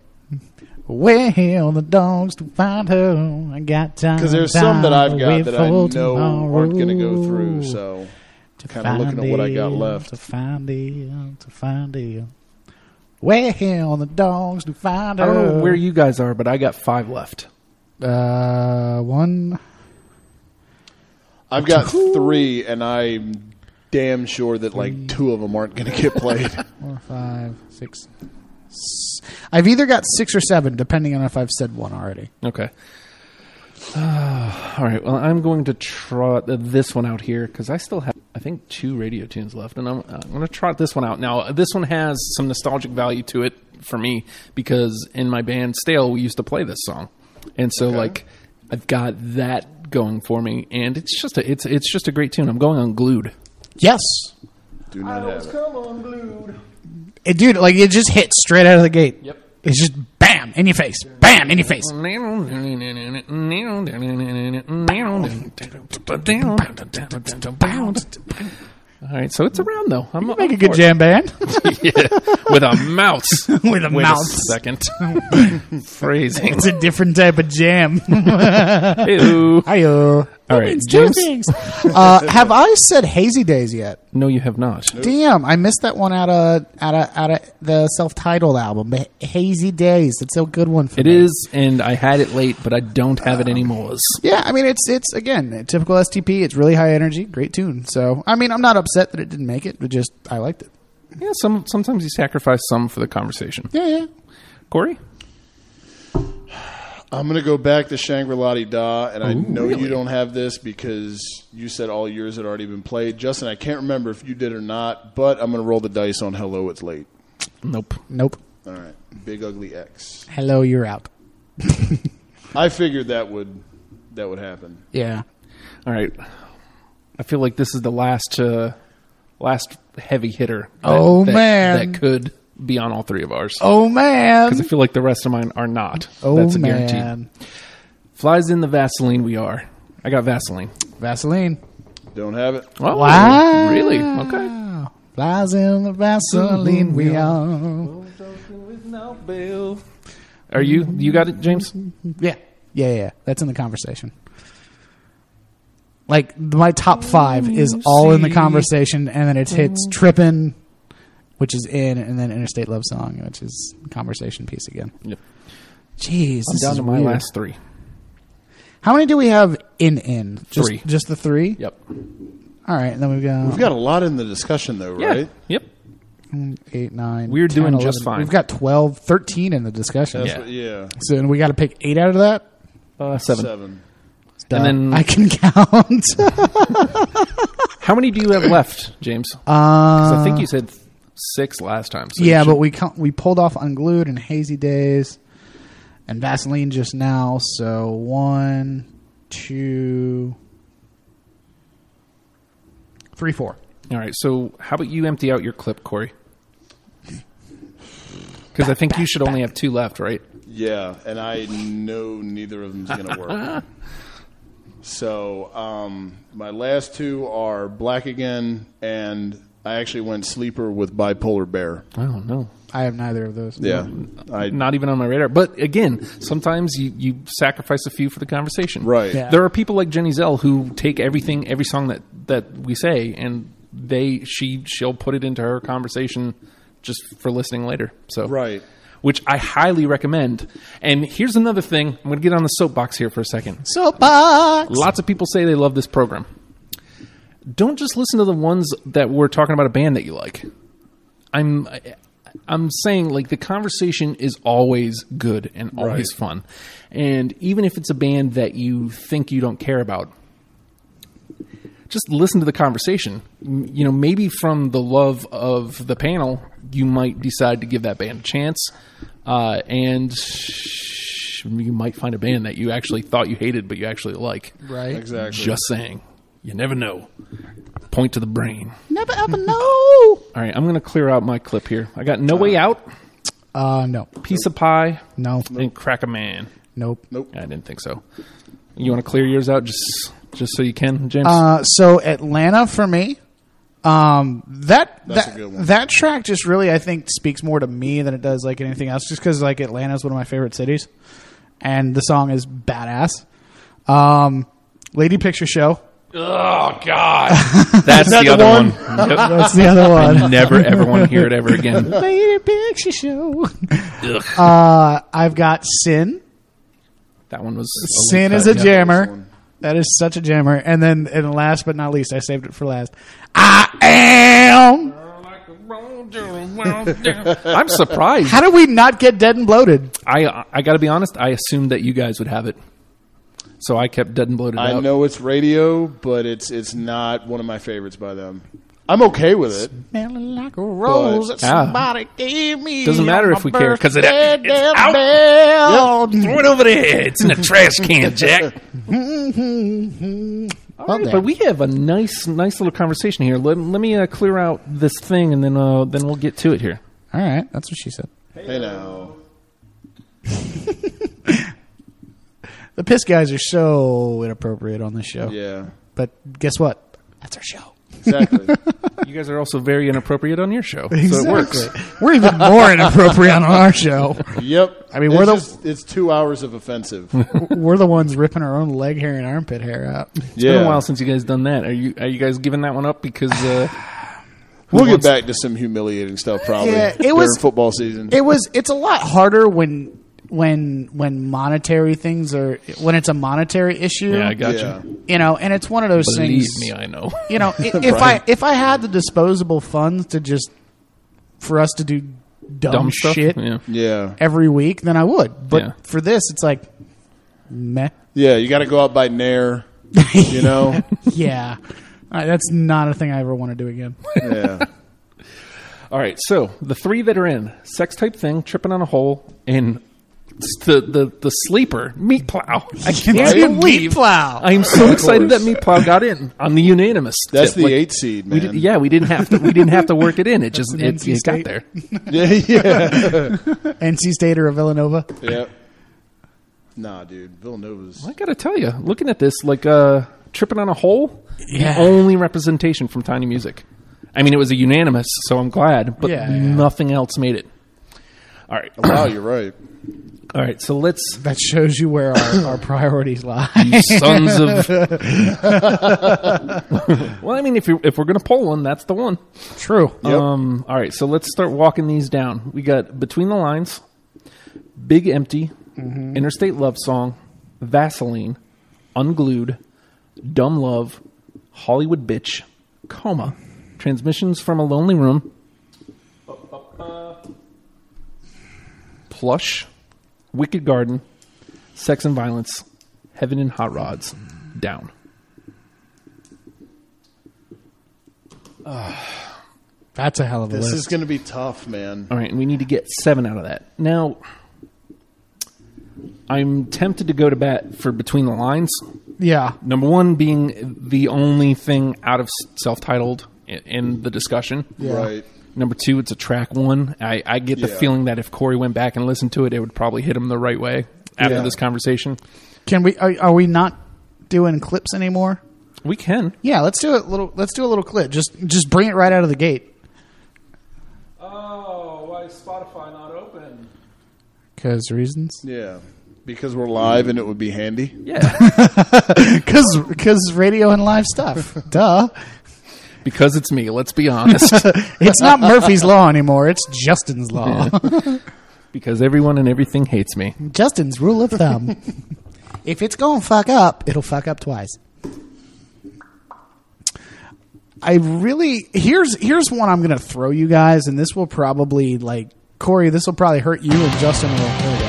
S3: Well, the dogs to find her. I got time.
S2: Because there's some that I've got that I know aren't
S3: going
S2: gonna go through. So
S3: to
S2: kinda looking
S3: find
S2: at what I got
S3: it,
S2: left.
S3: To find it, to find it. Where on the dogs to find
S1: I
S3: her?
S1: don't know where you guys are, but I got five left.
S3: Uh, one.
S2: I've got three, and I'm damn sure that like two of them aren't going to get played.
S3: Four, five, six. S- I've either got six or seven, depending on if I've said one already.
S1: Okay. all right. Well, I'm going to trot this one out here because I still have, I think, two radio tunes left, and I'm, I'm going to trot this one out. Now, this one has some nostalgic value to it for me because in my band Stale, we used to play this song, and so like I've got that going for me, and it's just a, it's it's just a great tune. I'm going on Glued.
S3: Yes,
S2: Do not have it.
S3: it, dude. Like it just hits straight out of the gate.
S1: Yep.
S3: It's just bam in your face, bam in your face.
S1: All right, so it's around though. I'm
S3: Make a good jam band
S1: with a mouse.
S3: with a
S1: Wait a
S3: mouse.
S1: second. Phrasing.
S3: It's a different type of jam.
S1: Ew.
S3: Hiyo.
S1: All right, James.
S3: uh, have I said Hazy Days yet?
S1: No, you have not.
S3: Damn, I missed that one out of out of out of the self-titled album, but Hazy Days. It's a good one for
S1: It
S3: me.
S1: is, and I had it late, but I don't have it anymore.
S3: Yeah, I mean it's it's again a typical STP. It's really high energy, great tune. So I mean I'm not upset that it didn't make it, but just I liked it.
S1: Yeah, some sometimes you sacrifice some for the conversation.
S3: Yeah, yeah.
S1: Corey,
S2: I'm going to go back to Shangri La Da, and I know you don't have this because you said all yours had already been played. Justin, I can't remember if you did or not, but I'm going to roll the dice on Hello, It's Late.
S1: nope.
S3: Nope.
S2: All right. Big Ugly X.
S3: Hello, you're out.
S2: I figured that would that would happen.
S3: Yeah.
S1: All right, I feel like this is the last uh, last heavy hitter. that-
S3: Oh,
S1: that-
S3: man.
S1: that could be on all three of ours.
S3: Oh man.
S1: Because I feel like the rest of mine are not.
S3: Oh
S1: That's a
S3: man.
S1: guarantee. Flies in the Vaseline. We are. I got Vaseline.
S3: Vaseline.
S2: Don't have it.
S1: Oh,
S3: Wow.
S1: Really? Okay.
S3: Flies in the Vaseline we are.
S1: Are you you got it, James?
S3: Yeah. Yeah, yeah. That's in the conversation. Like my top five is all in the conversation, and then it hits trippin', which is in, and then Interstate Love Song, which is conversation piece again.
S1: Yep.
S3: Jeez,
S1: I'm
S3: this
S1: down
S3: is
S1: to my
S3: weird.
S1: last three.
S3: How many do we have in in? Just,
S1: Three.
S3: Just the three.
S1: Yep.
S3: All right, and then we've got,
S2: We've got a lot in the discussion, though,
S1: Yeah.
S2: right?
S1: Yep.
S3: eight, nine.
S1: We're
S3: 10,
S1: doing just
S3: 11.
S1: fine.
S3: We've got 12, 13 in the discussion.
S1: Yeah.
S2: But yeah.
S3: So and we got to pick eight out of that.
S1: Uh, seven.
S2: Seven.
S1: And
S3: Duh.
S1: then-
S3: I can count.
S1: How many do you have left, James? Uh, I think you said th- six last time. So you
S3: yeah,
S1: should-
S3: but we co- we pulled off unglued and hazy days, and Vaseline just now. So one, two, three, four.
S1: all right. So how about you empty out your clip, Corey? Because I think you should only have two left, right?
S2: Yeah, and I know neither of them's going to work. so um, my last two are Black Again, and I actually went sleeper with Bipolar Bear.
S1: Oh no,
S3: I have neither of those.
S2: Yeah, I
S1: not even on my radar. But again, sometimes you you sacrifice a few for the conversation.
S2: right.
S3: Yeah.
S1: There are people like Jenny Zell who take everything, every song that that we say, and they she she'll put it into her conversation just for listening later. So
S2: Right.
S1: which I highly recommend. And here's another thing. I'm going to get on the soapbox here for a second.
S3: Soapbox.
S1: Lots of people say they love this program. Don't just listen to the ones that we're talking about a band that you like. I'm I'm saying like the conversation is always good and always
S2: Right.
S1: fun. And even if it's a band that you think you don't care about, just listen to the conversation. M- You know, maybe from the love of the panel, you might decide to give that band a chance, uh, and you might find a band that you actually thought you hated, but you actually like.
S3: Right.
S2: Exactly.
S1: Just saying, you never know. Point to the brain.
S3: Never ever know.
S1: All right, I'm going to clear out my clip here. I got No Way Out,
S3: Uh, no,
S1: Piece of Pie,
S3: no,
S1: and Crack a Man.
S3: nope.
S1: I didn't think so. You want to clear yours out just just so you can, James?
S3: Uh, so Atlanta for me. Um, that
S2: That's
S3: that,
S2: a good one.
S3: that track just really I think speaks more to me than it does like anything else. Just because like Atlanta is one of my favorite cities, and the song is badass. Um, Lady Picture Show
S1: Oh God, that's
S4: that
S1: the
S4: the
S1: other
S4: one?
S1: one. Yep.
S4: That's the other one.
S1: Never ever want to hear it ever again.
S4: Made a picture show.
S3: Uh, I've got Sin.
S1: That one was
S3: Sin
S1: only
S3: is a
S1: cut, yeah.
S3: jammer. That is such a jammer. And then, and last but not least, I saved it for last. I am.
S1: I'm surprised.
S3: How did we not get dead and bloated?
S1: I I got to be honest. I assumed that you guys would have it, so I kept dead and bloated.
S2: I
S1: out.
S2: know it's radio, but it's it's not one of my favorites by them. I'm okay with it.
S3: Smelling like a rose that
S1: Ah.
S3: somebody gave me.
S1: Doesn't matter
S3: on
S1: if
S3: my
S1: we care, 'cause it-
S3: birthday,
S1: it's
S3: damn
S1: out.
S3: bell.
S1: Throw it over the head. It's in the trash can, Jack. All right,
S3: there.
S1: but we have a nice, nice little conversation here. Let, let me uh, clear out this thing, and then uh, then we'll get to it here.
S3: All right, that's what she said.
S2: Hey now,
S3: The piss guys are so inappropriate on this show.
S2: yeah,
S3: But guess what? That's our show.
S2: exactly.
S1: You guys are also very inappropriate on your show, so it works.
S3: We're even more inappropriate on our show.
S2: yep.
S3: I mean,
S2: it's
S3: we're the-
S2: just- it's two hours of offensive.
S3: We're the ones ripping our own leg hair and armpit hair out.
S1: It's
S2: yeah,
S1: been a while since you guys done that. Are you are you guys giving that one up because uh,
S2: we'll get
S1: wants-
S2: back to some humiliating stuff probably.
S3: Yeah, it
S2: during
S3: was-
S2: football season.
S3: It was. It's a lot harder when when when monetary things are when it's a monetary issue.
S1: yeah, I got
S2: yeah,
S1: you.
S3: you know, and it's one of those
S1: Believe
S3: things.
S1: me, I know.
S3: you know, i- if I if I had the disposable funds to just for us to do dumb,
S1: Dumb stuff.
S3: shit
S1: Yeah.
S2: yeah,
S3: every week, then I would. But
S1: Yeah.
S3: for this, it's like meh.
S2: yeah. You got to go out by Nair. You know,
S3: Yeah, All right, that's not a thing I ever want to do again.
S2: yeah.
S1: All right, so the three that are in sex type thing, tripping on a hole, and s- the the, the sleeper meat plow. I can't
S3: Dude,
S1: believe
S3: wheat plow.
S1: I am so excited that
S2: course.
S1: meat plow got in on the unanimous.
S2: That's
S1: tip.
S2: the
S1: Like,
S2: eight seed,
S1: We
S2: man.
S1: did, yeah, we didn't have to. We didn't have to work it in. It just
S3: an
S1: it,
S3: NC
S1: it got
S3: State.
S1: there.
S2: yeah, yeah,
S3: NC State or Villanova.
S2: yep. Nah, dude, Villanova's.
S1: I gotta tell you, looking at this, like uh, tripping on a hole,
S3: Yeah.
S1: the only representation from Tiny Music. I mean, it was a unanimous, so I'm glad, but
S3: Yeah, yeah.
S1: nothing else made it. All right,
S2: Wow, you're right.
S1: all right. So let's
S3: That shows you where our, our priorities lie.
S1: you sons of. well, I mean, if you if we're gonna pull one, that's the one.
S3: True.
S2: Yep.
S1: Um, all right, so let's start walking these down. We got Between the Lines, Big Empty, Interstate Love Song, Vaseline, Unglued, Dumb Love, Hollywood Bitch, Coma, Transmissions from a Lonely Room, Plush, Wicked Garden, Sex and Violence, Heaven and Hot Rods, Down.
S3: That's a hell of a
S2: This
S3: list.
S2: is going to be tough, man.
S1: All right, and we need to get seven out of that. Now, I'm tempted to go to bat for between the lines.
S3: yeah.
S1: Number one being the only thing out of self titled in the discussion.
S2: Right.
S1: Number two, it's a track one. I, I get the
S2: Yeah.
S1: feeling that if Corey went back and listened to it, it would probably hit him the right way after
S2: Yeah.
S1: this conversation.
S3: Can we? Are, are we not doing clips anymore?
S1: We can.
S3: Yeah. Let's do a little. Let's do a little clip. Just just bring it right out of the gate.
S1: Oh, why is Spotify not open?
S3: Because reasons.
S2: Yeah. Because we're live and it would be handy.
S1: Yeah,
S3: Because radio and live stuff. Duh.
S1: because it's me. Let's be honest.
S3: It's not Murphy's Law anymore. It's Justin's Law.
S1: because everyone and everything hates me.
S3: Justin's rule of thumb. if it's going to fuck up, it'll fuck up twice. I really here's here's one I'm going to throw you guys, and this will probably like Corey. This will probably hurt you, and Justin will. There we go.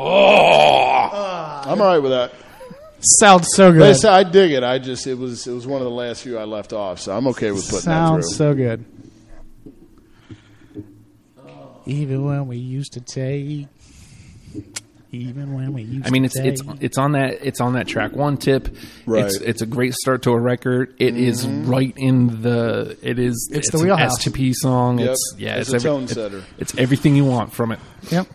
S1: Oh!
S2: I'm all right with that.
S3: Sounds so
S2: But I
S3: good.
S2: said I dig it. I just it was it was one of the last few I left off, so I'm okay with putting
S3: Sounds
S2: that
S3: so good. Even when we used to take. Even when we used
S1: I mean, it's
S3: to
S1: it's
S3: take-
S1: it's on that it's on that track one tip.
S2: Right.
S1: It's
S2: Mm-hmm.
S1: it's a great start to a record. It is right in the it is
S3: It's
S1: it's
S3: the
S1: an
S3: wheelhouse.
S1: S2P song.
S2: Yep.
S1: It's yeah,
S2: It's
S1: it's,
S2: a
S1: every-
S2: tone
S1: it-
S2: setter.
S1: it's everything you want from it.
S3: Yep.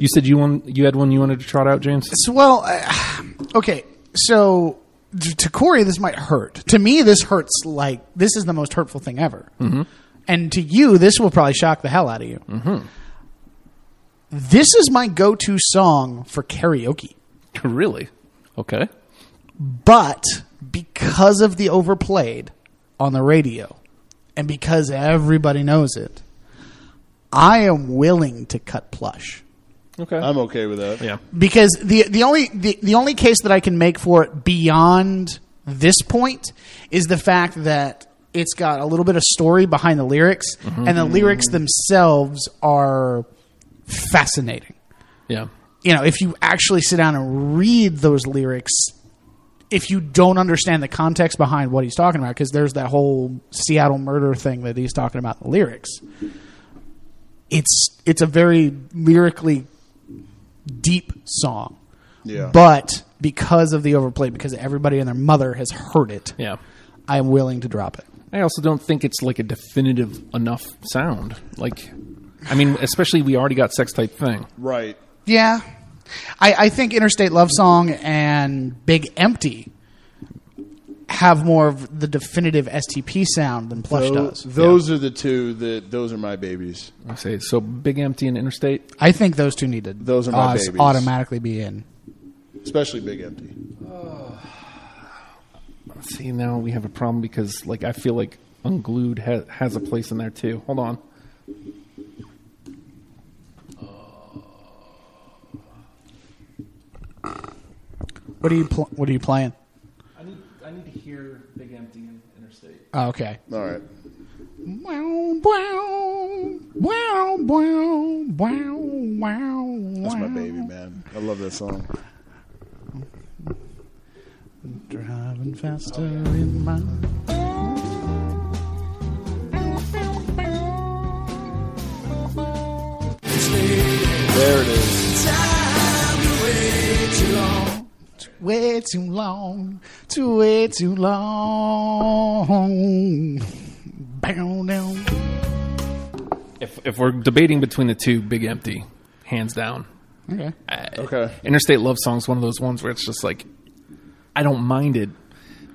S1: You said you want you had one you wanted to trot out, James.
S3: So, well, uh, okay. So to to Corey, this might hurt. To me, this hurts like this is the most hurtful thing ever.
S1: Mm-hmm.
S3: And to you, this will probably shock the hell out of you.
S1: Mm-hmm.
S3: This is my go to song for karaoke.
S1: really? Okay.
S3: But because of the overplayed on the radio and because everybody knows it, I am willing to cut plush.
S1: Okay.
S2: I'm okay with that.
S1: yeah.
S3: because the the only the, the only case that I can make for it beyond this point is the fact that it's got a little bit of story behind the lyrics and the lyrics themselves are fascinating.
S1: Yeah.
S3: You know, if you actually sit down and read those lyrics if you don't understand the context behind what he's talking about because there's that whole Seattle murder thing that he's talking about in the lyrics. It's it's a very lyrically deep song.
S2: Yeah.
S3: But because of the overplay, because everybody and their mother has heard it,
S1: Yeah.
S3: I'm willing to drop it.
S1: I also don't think it's like a definitive enough sound. Like, I mean, especially we already got sex type thing.
S2: right.
S3: Yeah. I, I think Interstate Love Song and Big Empty have more of the definitive STP sound than Plush
S2: Those,
S3: does.
S2: those are the two that those are my babies.
S1: I say so. Big empty and interstate.
S3: I think those two need to
S2: Those are my
S3: aus-
S2: babies.
S3: automatically be in.
S2: Especially Big Empty.
S1: See, now we have a problem because like I feel like unglued ha- has a place in there too. Hold on.
S3: What are you pl- What are you playing?
S1: I need I need to hear big empty and interstate.
S3: Oh, okay.
S2: All right.
S3: Wow, wow, wow, wow, wow, wow.
S2: That's my baby, man. I love that song.
S3: Driving faster in my.
S2: There it is.
S3: Way too long, too way too long. Bow down.
S1: If if we're debating between the two, big empty, hands down.
S3: Okay.
S2: Okay.
S1: Interstate Love Song's one of those ones where it's just like I don't mind it,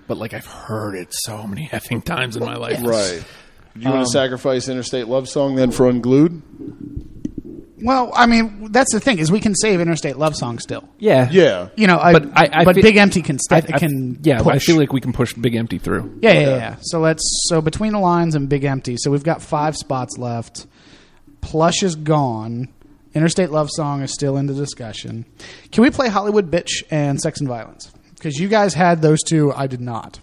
S1: but like I've heard it so many effing times in my life.
S2: Right. Do you
S1: Um,
S2: want to sacrifice Interstate Love Song then for Unglued?
S3: Well, I mean, that's the thing is we can save Interstate Love Song still.
S1: Yeah.
S2: Yeah.
S3: You know, I,
S1: But
S3: but
S1: I- I feel-
S3: Big Empty can stay.
S1: I, I-
S3: can
S1: yeah,
S3: push.
S1: I feel like we can push Big Empty through.
S3: Yeah, yeah, yeah, yeah. So let's so between the lines and big empty. So we've got five spots left. Plush is gone. Interstate Love Song is still in the discussion. Can we play Hollywood Bitch and Sex and Violence? Because you guys had those two, I did not.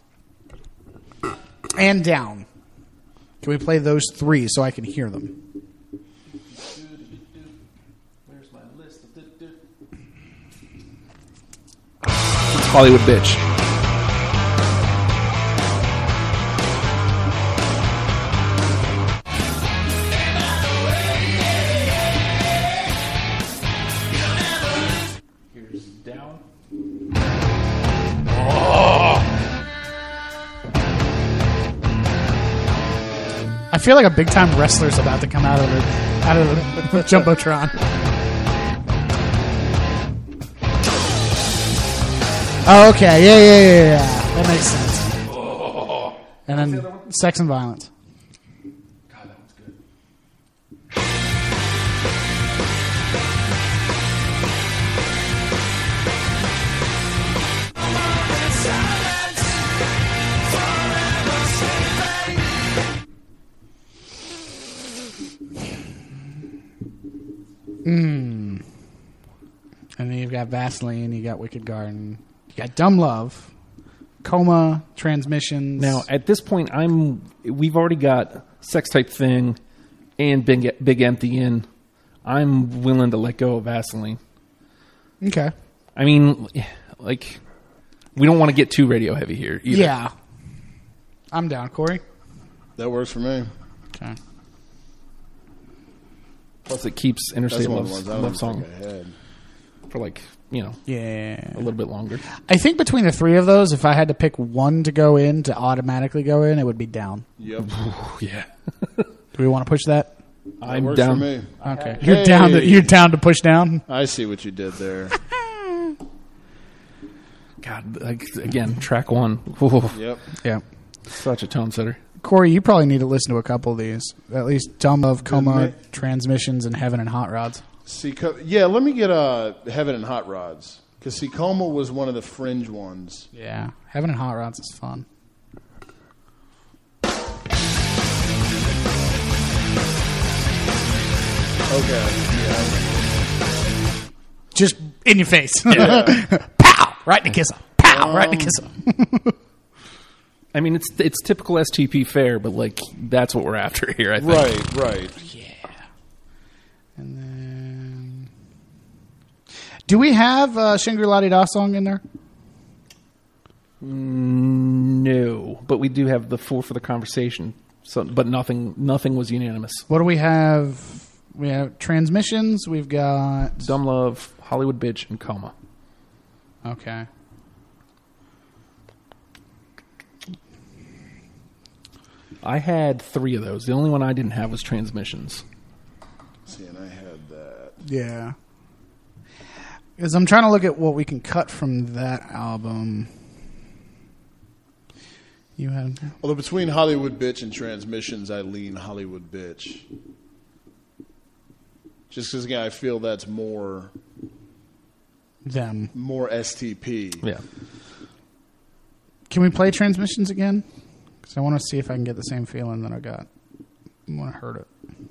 S3: And down. Can we play those three so I can hear them?
S1: It's Hollywood bitch. Here's down.
S3: I feel like a big time wrestler's about to come out of the out of the jumbotron. Oh, okay. Yeah, yeah, yeah, yeah, yeah. That makes sense. And then sex and violence.
S1: God, that one's good.
S3: Hmm. And then you've got Vaseline. You got Wicked Garden. You got Dumb Love, Coma, Transmissions.
S1: Now, at this point, I'm. We've already got sex type thing, and big big empty in. I'm willing to let go of Vaseline.
S3: okay.
S1: I mean, like, we don't want to get too radio heavy here. Either.
S3: Yeah, I'm down, Corey.
S2: That works for me.
S3: Okay.
S1: Plus, it keeps
S2: That's
S1: Interstate
S2: one of
S1: Love,
S2: the
S1: love
S2: ones I don't
S1: Song
S2: think I had.
S1: for like you know
S3: Yeah.
S1: a little bit longer.
S3: I think between the three of those, if I had to pick one to go in to automatically go in, it would be down.
S2: Yep.
S1: Oh, yeah,
S3: Do we want to push that?
S1: I'm
S2: works
S1: down.
S2: for me.
S3: Okay, you're down. To,
S2: Hey.
S3: you're down to push down.
S2: I see what you did there.
S1: God, like again, track one. Ooh,
S2: Yep.
S3: Yeah.
S1: Such a tone setter.
S3: Corey, you probably need to listen to a couple of these. At least Dumb of Coma,
S2: man.
S3: Transmissions, and Heaven and Hot Rods.
S2: Seco- yeah, let me get uh, Heaven and Hot Rods because Secoma was one of the fringe ones.
S3: Yeah. Heaven and Hot Rods is fun.
S2: Okay.
S3: Just in your face. Pow! Right in the kisser. Pow! right in the kisser.
S1: I mean, it's it's typical STP fare, but like that's what we're after here. I think.
S2: Right. Right.
S3: and then. Do we have uh, Shangri La Di Da song in there?
S1: No, but we do have the four for the conversation. So, but nothing nothing was unanimous.
S3: What do we have? We have Transmissions. We've got.
S1: Dumb love, Hollywood bitch, and coma.
S3: Okay.
S1: I had three of those. The only one I didn't have was transmissions.
S2: See, and I had that.
S3: Yeah. Because I'm trying to look at what we can cut from that album. You had.
S2: Although between Hollywood Bitch and Transmissions, I lean Hollywood Bitch. Just because again, I feel that's more
S3: them.
S2: more STP.
S1: Yeah,
S3: Can we play transmissions again? Because I want to see if I can get the same feeling that I got. I want to hurt it.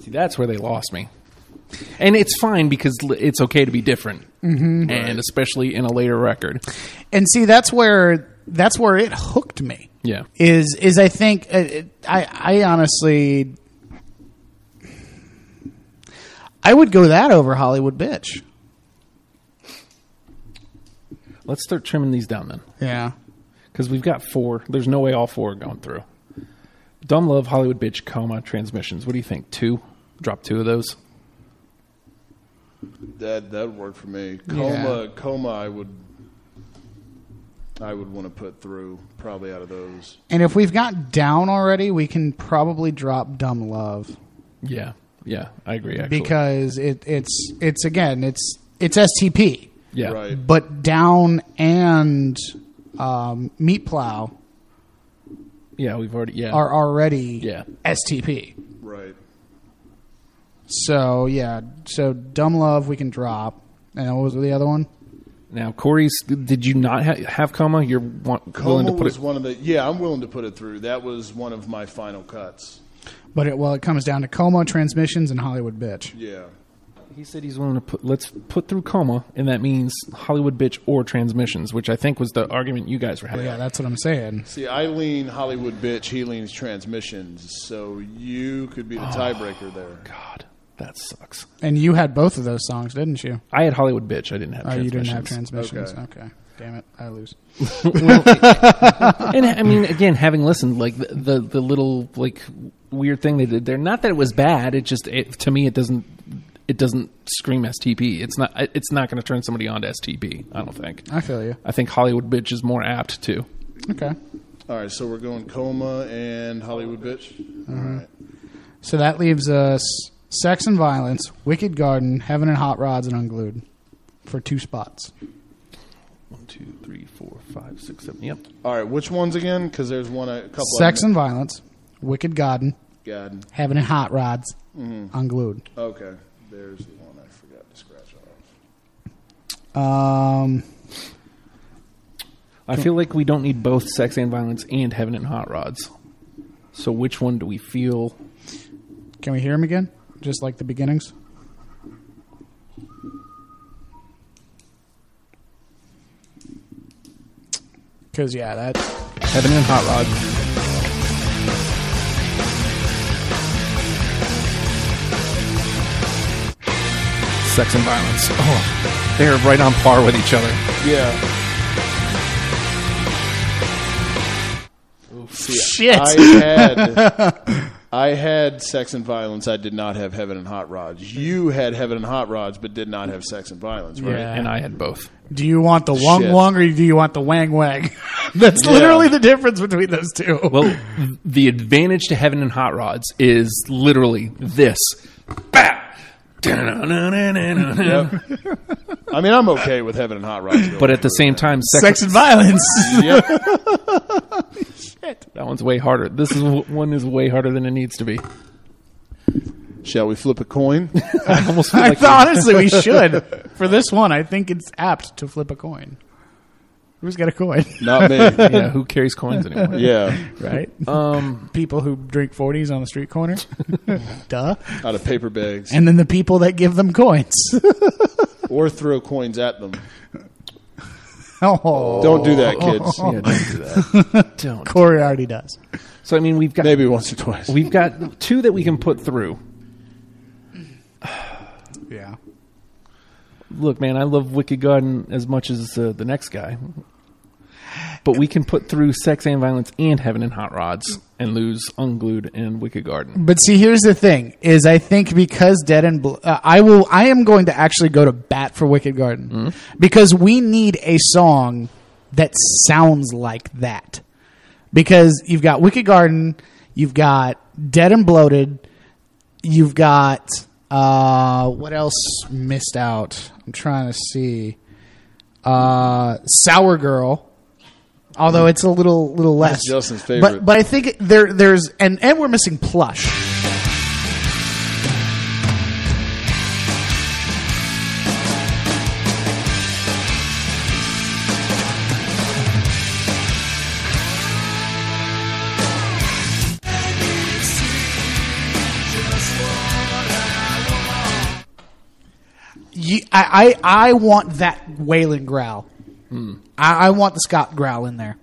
S1: see, that's where they lost me. And it's fine because l- it's okay to be different, mm-hmm. and especially in a later record.
S3: And see, that's where that's where it hooked me.
S1: Yeah,
S3: Is is I think uh, it, I I honestly I would go that over Hollywood bitch.
S1: let's start trimming these down then,
S3: Yeah.
S1: because we've got four. There's no way all four are going through. Dumb love, Hollywood bitch, coma, transmissions. What do you think? Two, drop two of those.
S2: That that worked for me. Coma, coma, I would, I would want to put through probably out of those.
S3: And if we've got down already, we can probably drop dumb love.
S1: Yeah, yeah, I agree. Actually,
S3: because it, it's it's again it's it's STP,
S1: yeah,
S2: Right.
S3: but down and um, meat plow
S1: yeah, we've already yeah
S3: are already
S1: Yeah.
S3: STP.
S2: Right.
S3: So yeah, so dumb love we can drop. And what was the other one?
S1: Now, Corey's, did you not ha- have coma? You're wa- willing
S2: Coma
S1: to put
S2: was
S1: it.
S2: one of the. Yeah, I'm willing to put it through. That was one of my final cuts.
S3: But it, well, it comes down to Como transmissions and Hollywood bitch.
S2: Yeah.
S1: He said he's willing to put. Let's put through coma, and that means Hollywood bitch or transmissions, which I think was the argument you guys were having.
S3: Yeah, that's what I'm saying.
S2: See, I lean Hollywood bitch. He leans transmissions. So you could
S1: Ah,
S2: be the tiebreaker there.
S1: God, that sucks.
S3: And you had both of those songs, didn't you?
S1: I had Hollywood bitch. I didn't have.
S3: Oh, you didn't have
S1: transmissions.
S3: transmissions.
S2: Okay.
S3: okay. Damn it, I lose.
S1: and I mean, again, having listened, like the, the the little like weird thing they did there. Not that it was bad. It just it, to me, it doesn't. It doesn't scream STP. It's not. It's not going to turn somebody on to STP. I don't think.
S3: I feel you.
S1: I think Hollywood bitch is more apt to.
S3: Okay.
S2: All right, so we're going coma and Hollywood bitch. All right.
S3: So that leaves us Sex and Violence, Wicked Garden, Heaven and Hot Rods, and Unglued for two spots.
S1: One, two, three, four, five, six, seven. Yep.
S2: All right, which ones again? Because there's one a couple.
S3: Sex and Violence, Wicked Garden,
S2: God.
S3: Heaven and Hot Rods, Unglued.
S2: Okay, there's the one I forgot to scratch off.
S3: Um,
S1: I feel like we don't need both sex and violence and heaven and hot rods. So which one do we feel?
S3: can we hear them again? Just like the beginnings? Because, yeah, that.
S1: Heaven and hot rods. Sex and violence. Oh, they're right on par with each other.
S2: Yeah.
S3: Shit.
S2: I had I had sex and violence. I did not have heaven and hot rods. You had heaven and hot rods, but did not have sex and violence, right?
S3: Yeah.
S1: and I had both.
S3: Do you want the wong
S2: Shit.
S3: wong or do you want the wang wang? That's
S2: Yeah.
S3: literally the difference between those two.
S1: Well, the advantage to heaven and hot rods is literally this. Bah!
S2: Yep. I mean, I'm okay with heaven and hot rods, though.
S1: But at the same time, sex,
S3: Sex and violence.
S2: Yep.
S1: that one's way harder. This is one is way harder than it needs to be.
S2: shall we flip a coin?
S1: I almost feel
S3: I
S1: like
S3: th- honestly, we should. For this one, I think it's apt to flip a coin. Who's got a coin?
S2: Not me.
S1: yeah, who carries coins anymore?
S2: Yeah,
S3: Right?
S1: Um,
S3: people who drink 40s on the street corner. Duh.
S2: out of paper bags
S3: And then the people that give them coins.
S2: or throw coins at them.
S3: oh.
S2: Don't do that, kids.
S1: yeah, don't do that. Oh, Don't.
S3: Corey already does.
S1: So I mean, we've got
S2: Maybe once or twice.
S1: we've got two that we can put through.
S3: Yeah.
S1: Look, man, I love Wicked Garden as much as uh, the next guy, but we can put through Sex and Violence and Heaven and Hot Rods and lose Unglued and Wicked Garden.
S3: But see, here's the thing: is I think because Dead and Bl- uh, I will, I am going to actually go to bat for Wicked Garden because we need a song that sounds like that. Because you've got Wicked Garden, you've got Dead and Bloated, you've got uh, what else missed out? I'm trying to see. Uh, Sour Girl. Although it's a little little less
S2: Justin's favorite.
S3: but but I think there there's and and we're missing plush. you, I, I I want that Wailing growl.
S2: Hmm.
S3: I, I want the Scott growl in there,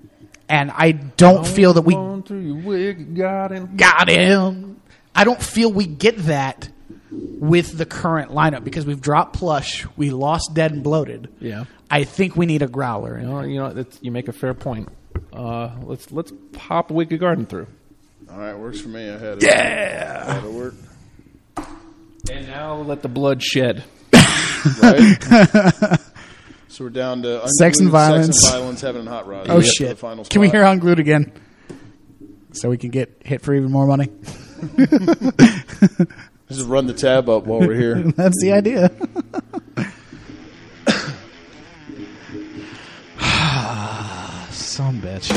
S3: and I don't feel that we
S1: Going through your Wicked Garden.
S3: got him. I don't feel we get that with the current lineup because we've dropped Plush, we lost Dead and Bloated.
S1: Yeah.
S3: I think we need a growler. in.
S1: Oh, you know, that's, you make a fair point. Uh, let's let's pop Wicked Garden through.
S2: All right, works for me. I had it. Yeah, that'll work.
S1: And now let the blood shed.
S2: Right. so we're down to
S3: Sex and
S2: unglued,
S3: violence.
S2: sex and violence, heaven and hot rods.
S3: Oh
S2: We get to the
S3: shit!
S2: final
S3: Can we
S2: spot.
S3: hear unglued again? So we can get hit for even more money.
S2: Just run the tab up while we're here.
S3: That's the idea. Some bitch.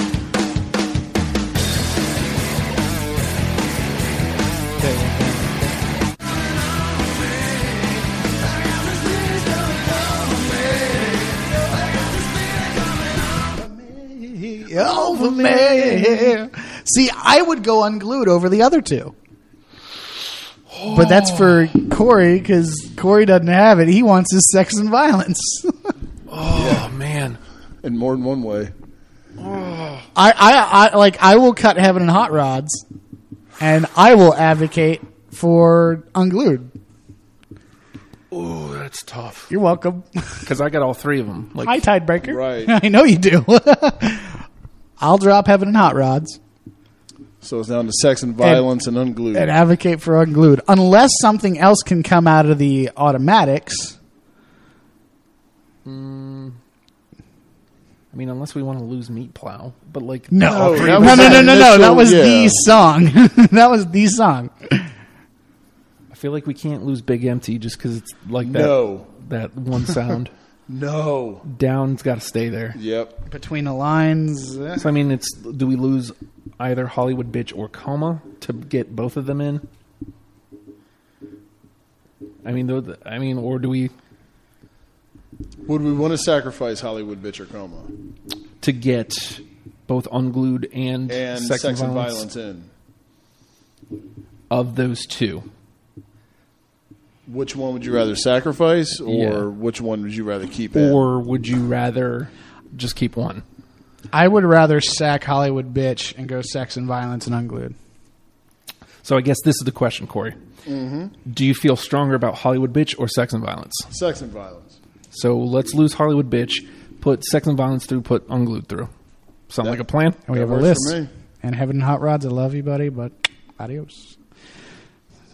S3: Over me. See, I would go unglued over the other two. But that's for Corey because Corey doesn't have it. He wants his sex and violence.
S1: Oh man,
S2: in more than one way.
S3: I, I, I like I will cut heaven and hot rods, and I will advocate for unglued.
S1: ooh, that's tough.
S3: You're welcome.
S1: Because I got all three of them. Like
S3: Hi, Tidebreaker.
S2: Right.
S3: I know you do. I'll drop heaven and hot rods
S2: So it's down to sex and violence and, unglued.
S3: and advocate for unglued, unless something else can come out of the automatics.
S1: I mean, unless we want to lose meat plow, but like
S3: No, Oh,
S2: No,
S3: no,
S2: that was
S3: no, no, no,
S2: that
S3: no, That
S2: initial-
S3: was the
S2: yeah.
S3: song. that was the song.
S1: I feel like we can't lose Big Empty just because it's like that.
S2: no,
S1: That one sound
S2: no.
S1: down's got to stay there.
S2: Yep.
S3: Between the lines. eh.
S1: So I mean, it's do we lose either Hollywood Bitch or Coma to get both of them in? I mean, though, the- I mean, or do we
S2: Would we want to sacrifice Hollywood bitch or coma
S1: to get both Unglued and,
S2: and
S1: Sex, and, violence
S2: in?
S1: of those two?
S2: Which one would you rather sacrifice, or
S1: Yeah.
S2: which one would you rather keep? at?
S1: Or would you rather just keep one?
S3: I would rather sack Hollywood bitch and go sex and violence and unglued.
S1: So I guess this is the question, Corey. Do you feel stronger about Hollywood Bitch or Sex and Violence?
S2: sex and violence.
S1: So let's lose Hollywood Bitch, put Sex and Violence through, put Unglued through. Sound
S2: Yeah.
S1: like a plan?
S3: And we
S2: That
S3: have a
S2: works
S3: list.
S2: for me.
S3: And Heaven and Hot Rods, I love you, buddy, but adios.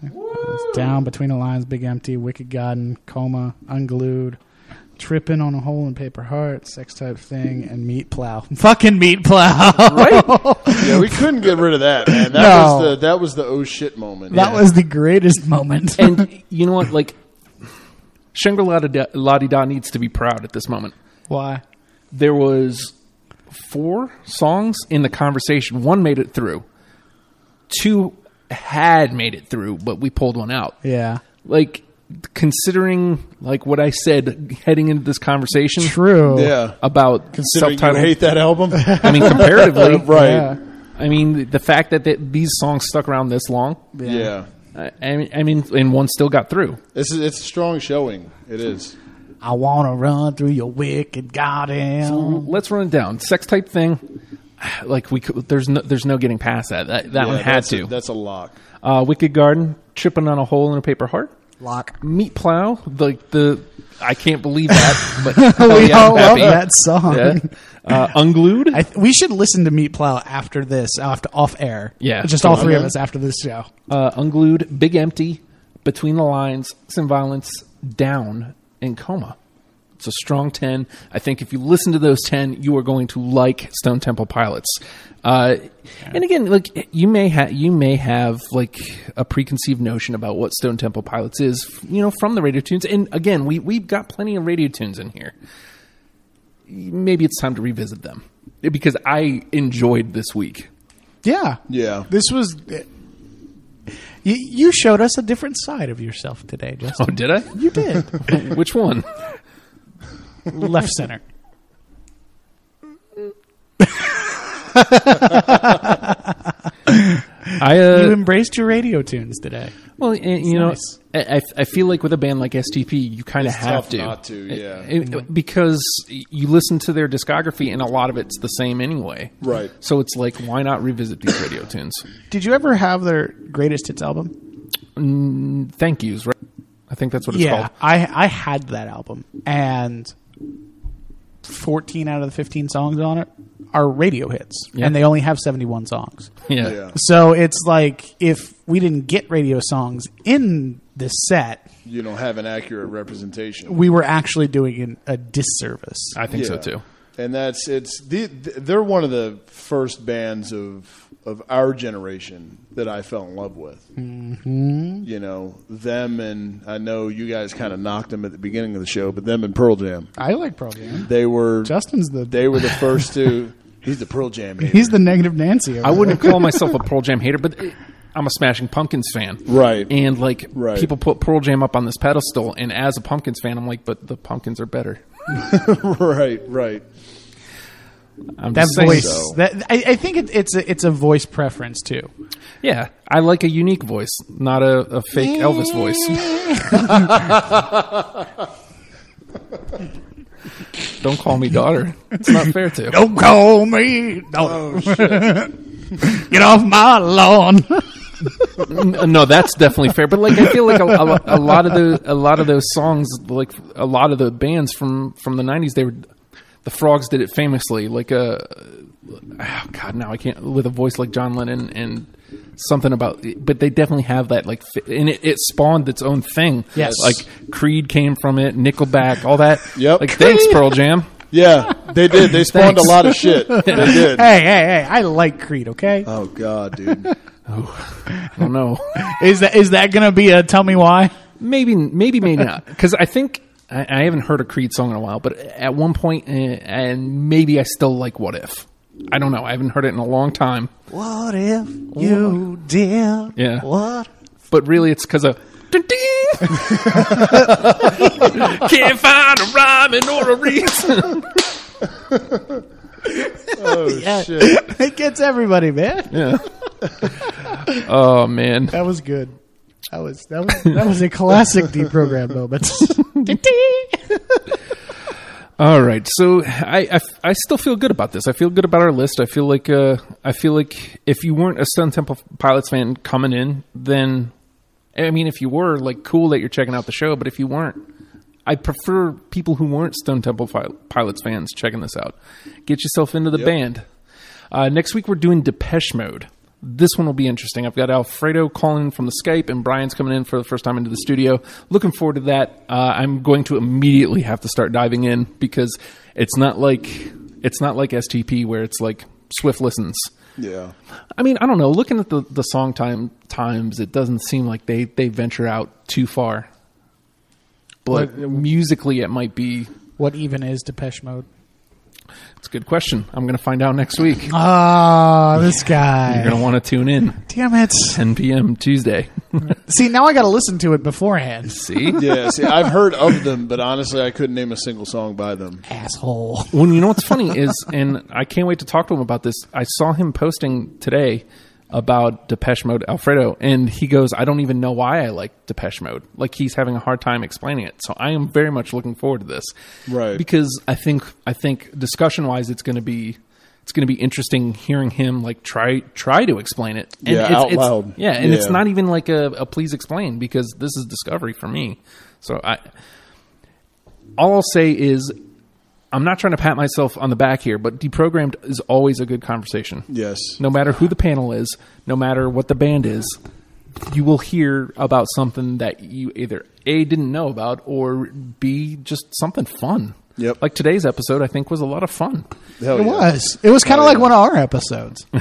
S3: It's down between the lines, Big Empty, Wicked Garden, Coma, Unglued, Tripping on a Hole in Paper Heart, Sex Type Thing, and Meat Plow. Fucking Meat Plow.
S2: Yeah, we couldn't get rid of that, man. That
S3: No.
S2: was the that was the oh shit moment.
S3: That was the greatest moment.
S1: and you know what? Like, Shangri La Di Da needs to be proud at this moment.
S3: Why?
S1: There was four songs in the conversation. One made it through. Two had made it through, but we pulled one out.
S3: Yeah.
S1: Like considering like what I said heading into this conversation
S3: True.
S2: yeah.
S1: about
S2: Considering
S1: subtitled.
S2: you hate that album, right?
S1: I mean, comparatively,
S3: Yeah.
S1: I mean, the fact that th these songs stuck around this long.
S2: Yeah.
S1: I, I mean, I mean, and one still got through.
S2: It's it's strong showing. It is.
S3: I wanna run through your wicked goddamn.
S1: Let's run it down. Sex type thing. Like we, could, there's no, there's no getting past that. That, that
S2: Yeah,
S1: one had
S2: that's
S1: to.
S2: A, that's a lock.
S1: uh, Wicked Garden, tripping on a hole in a paper heart.
S3: Lock.
S1: Meat plow, like the, I can't believe that, but hell
S3: we
S1: yeah, I'm
S3: all love
S1: happy.
S3: that song.
S1: Yeah. Uh, unglued.
S3: I th- we should listen to Meat Plow after this, after off air.
S1: Yeah.
S3: just all
S2: Come on,
S3: three of
S2: man.
S3: us after this show.
S1: uh, Unglued, Big Empty, Between the Lines, Sin Violence, Down, and Coma. It's a strong 10. I think if you listen to those 10, you are going to like Stone Temple Pilots. Uh, and again, like you may have you may have like a preconceived notion about what Stone Temple Pilots is, you know, from the radio tunes. And again, we we've got plenty of radio tunes in here. Maybe it's time to revisit them because I enjoyed this week.
S3: Yeah,
S2: Yeah.
S3: This was. You, you showed us a different side of yourself today,
S1: Oh,
S3: Justin.
S1: did I?
S3: You did.
S1: Which one?
S3: Left center.
S1: I uh,
S3: You embraced your radio tunes today.
S1: Well, and, you
S3: nice.
S1: know, I, I I feel like with a band like STP, you kind of have
S2: tough
S1: to,
S2: not to, yeah.
S1: It- it- because you listen to their discography, and a lot of it's the same anyway,
S2: Right.
S1: So it's like, why not revisit these radio tunes?
S3: Did you ever have their greatest hits album?
S1: Thank yous, right? I think that's what it's
S3: Yeah,
S1: called.
S3: I I had that album, and fourteen out of the fifteen songs on it are radio hits,
S1: Yeah.
S3: and they only have seventy-one songs.
S1: Yeah,
S2: Yeah.
S3: So it's like if we didn't get radio songs in this set,
S2: You don't have an accurate representation.
S3: we were actually doing an, a disservice.
S1: I think so
S2: Yeah.
S1: too.
S2: And that's it's the, they're one of the first bands of of our generation that I fell in love with. Mm-hmm. You know them, and I know you guys kind of knocked them at the beginning of the show, but them and Pearl Jam,
S3: I like Pearl Jam.
S2: they were
S3: Justin's the
S2: they were the first to. He's the Pearl Jam. hater.
S3: he's the negative Nancy.
S1: I wouldn't call myself a Pearl Jam hater, but eh, I'm a Smashing Pumpkins fan,
S2: Right.
S1: And like,
S2: Right.
S1: people put Pearl Jam up on this pedestal, and as a Pumpkins fan, I'm like, but the Pumpkins are better.
S2: right, right.
S1: I'm
S3: that
S1: just saying.
S3: voice.
S2: so.
S3: That I, I think it, it's a, it's a voice preference too.
S1: Yeah, I like a unique voice, not a, a fake Elvis voice. Don't call me daughter. It's not fair to.
S3: Don't call me. Don't. Oh, Get off my lawn.
S1: N- Uh, No, that's definitely fair. But like, I feel like a, a, lo- a lot of the a lot of those songs, like a lot of the bands from from the '90s, they were the Frogs did it famously. Like a oh God, now I can't with a voice like John Lennon and something about. But they definitely have that like, fi- and it, it spawned its own thing.
S3: Yes.
S1: like Creed came from it, Nickelback, all that.
S2: Yep.
S1: Like, thanks, Pearl Jam.
S2: Yeah, they did. They spawned a
S1: Thanks.
S2: lot of shit. They did.
S3: hey, hey, hey! I like Creed. Okay,
S2: Oh God, dude.
S1: Oh no.
S3: is that is that gonna be a tell me why?
S1: Maybe, maybe, maybe not. Because I think I, I haven't heard a Creed song in a while. But at one point, eh, and maybe I still like "What If." I don't know. I haven't heard it in a long time.
S3: What if you did?
S1: Yeah.
S3: What?
S1: But really, it's because of. Dun, ding. Can't find a rhyme or a reason.
S2: Oh shit.
S3: It gets everybody, man.
S1: Yeah. Oh man.
S3: That was good. That was that was that was a classic deprogram moment.
S1: All right, so I, I, I still feel good about this. I feel good about our list. I feel like uh, I feel like if you weren't a Stone Temple Pilots fan coming in, then I mean, if you were, like, cool that you're checking out the show. But if you weren't, I prefer people who weren't Stone Temple Pil- Pilots fans checking this out. Get yourself into the band. Uh, next week, we're doing Depeche Mode. This one will be interesting. I've got Alfredo calling in from the Skype, and Brian's coming in for the first time into the studio. Looking forward to that. Uh, I'm going to immediately have to start diving in because it's not like it's not like STP where it's like swift listens.
S2: Yeah.
S1: I mean, I don't know. Looking at the, the song time times, it doesn't seem like they, they venture out too far. But musically, it might be.
S3: What even is Depeche Mode?
S1: It's a good question. I'm going to find out next week. You're
S3: Ah, this
S1: going
S3: guy.
S1: to want to tune in
S3: Damn it.
S1: 10 p.m. Tuesday.
S3: See, now I got to listen to it beforehand.
S1: See,
S2: Yeah, see, I've heard of them, but honestly, I couldn't name a single song by them.
S3: Asshole.
S1: well, you know what's funny is, and I can't wait to talk to him about this. I saw him posting today about Depeche Mode Alfredo, and he goes, "I don't even know why I like Depeche Mode." Like he's having a hard time explaining it. So I am very much looking forward to this,
S2: Right.
S1: Because I think I think discussion wise, it's going to be. It's going to be interesting hearing him like try try to explain it. And
S2: Yeah,
S1: it's,
S2: out
S1: it's-
S2: loud.
S1: Yeah, and it's
S2: Yeah.
S1: not even like a, a please explain because this is discovery for me. So I, all I'll say is I'm not trying to pat myself on the back here, but deprogrammed is always a good conversation.
S2: Yes.
S1: No matter who the panel is, no matter what the band is, you will hear about something that you either A didn't know about or B just something fun.
S2: Yep.
S1: Like today's episode I think was a lot of fun.
S2: Hell
S3: It
S2: yeah.
S3: was. It was kind of like one of our episodes.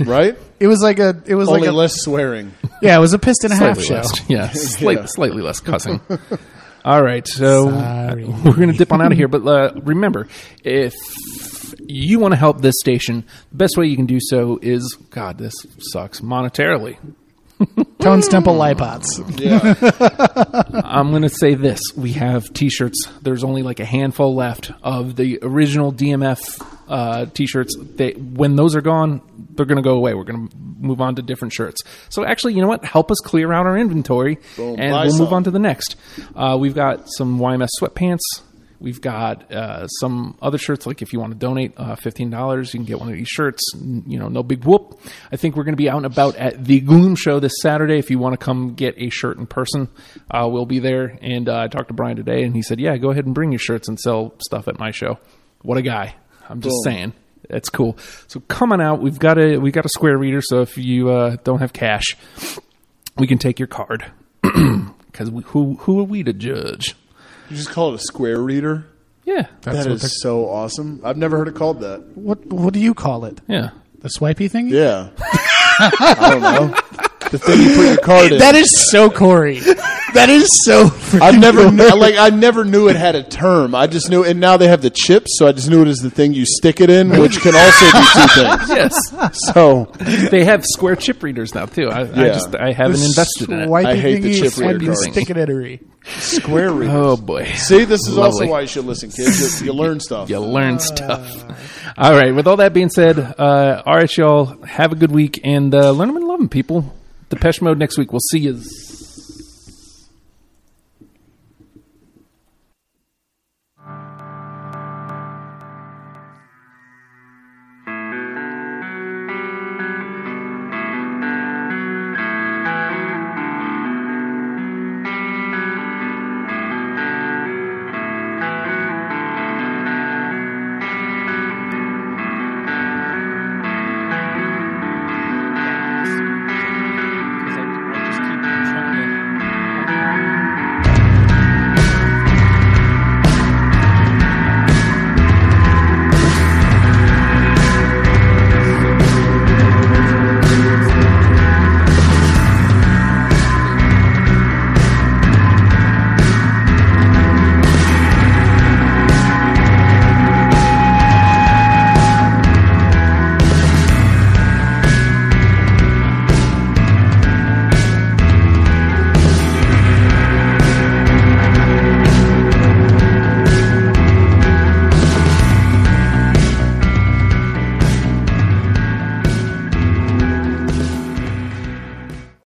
S2: Right?
S3: It was like a. It was
S2: Only
S3: like a.
S2: less swearing.
S3: yeah, it was a pissed and a half
S1: Slightly
S3: show.
S1: less. Yeah, slight,
S2: Yeah.
S1: slightly less cussing. All right, so uh,
S3: Sorry.
S1: we're going to dip on out of here. But uh, remember, if you want to help this station, the best way you can do so is God, this sucks monetarily.
S3: Tone
S2: Mm.
S3: Stemple Lipots.
S2: Yeah.
S1: I'm going to say this. We have t shirts. There's only like a handful left of the original DMF uh, t shirts. They When those are gone, they're going to go away. We're going to move on to different shirts. So, actually, you know what? Help us clear out our inventory
S2: Boom.
S1: and
S2: Buy
S1: we'll move
S2: some.
S1: on to the next. Uh, we've got some YMS sweatpants. We've got uh, some other shirts. Like if you want to donate uh, fifteen dollars, you can get one of these shirts. N- You know, no big whoop. I think we're going to be out and about at the Gloom Show this Saturday. If you want to come get a shirt in person, uh, we'll be there. And uh, I talked to Brian today, and he said, "Yeah, go ahead and bring your shirts and sell stuff at my show." What a guy! I'm just
S2: Boom.
S1: saying. That's cool. So coming out, we've got a we got a square reader. So if you uh, don't have cash, we can take your card because who who are we to judge?
S2: You just call it a square reader?
S1: Yeah,
S2: That is so awesome. I've never heard it called that.
S3: What What do you call it?
S1: yeah.
S3: The swipey thing?
S2: Yeah. I don't know. The thing you put your card in.
S3: That is so Corey. that is so.
S2: I've never kn- like I never knew it had a term. I just knew, and now they have the chips, so I just knew it is the thing you stick it in, which can also be two things.
S1: Yes,
S2: So
S1: they have square chip readers now too. I, I
S2: Yeah.
S1: just I haven't invested in it.
S3: Swipey
S2: I hate the
S3: thingy,
S2: chip reader
S3: swipey
S2: cards.
S3: stick it itery.
S2: square readers.
S1: Oh boy.
S2: See, this is
S1: Lovely.
S2: also why you should listen, kids. You, you learn stuff.
S1: You learn stuff. All right. With all that being said, uh, all right, y'all. Have a good week and uh, learn them and love them, people. Depeche Mode next week. We'll see you.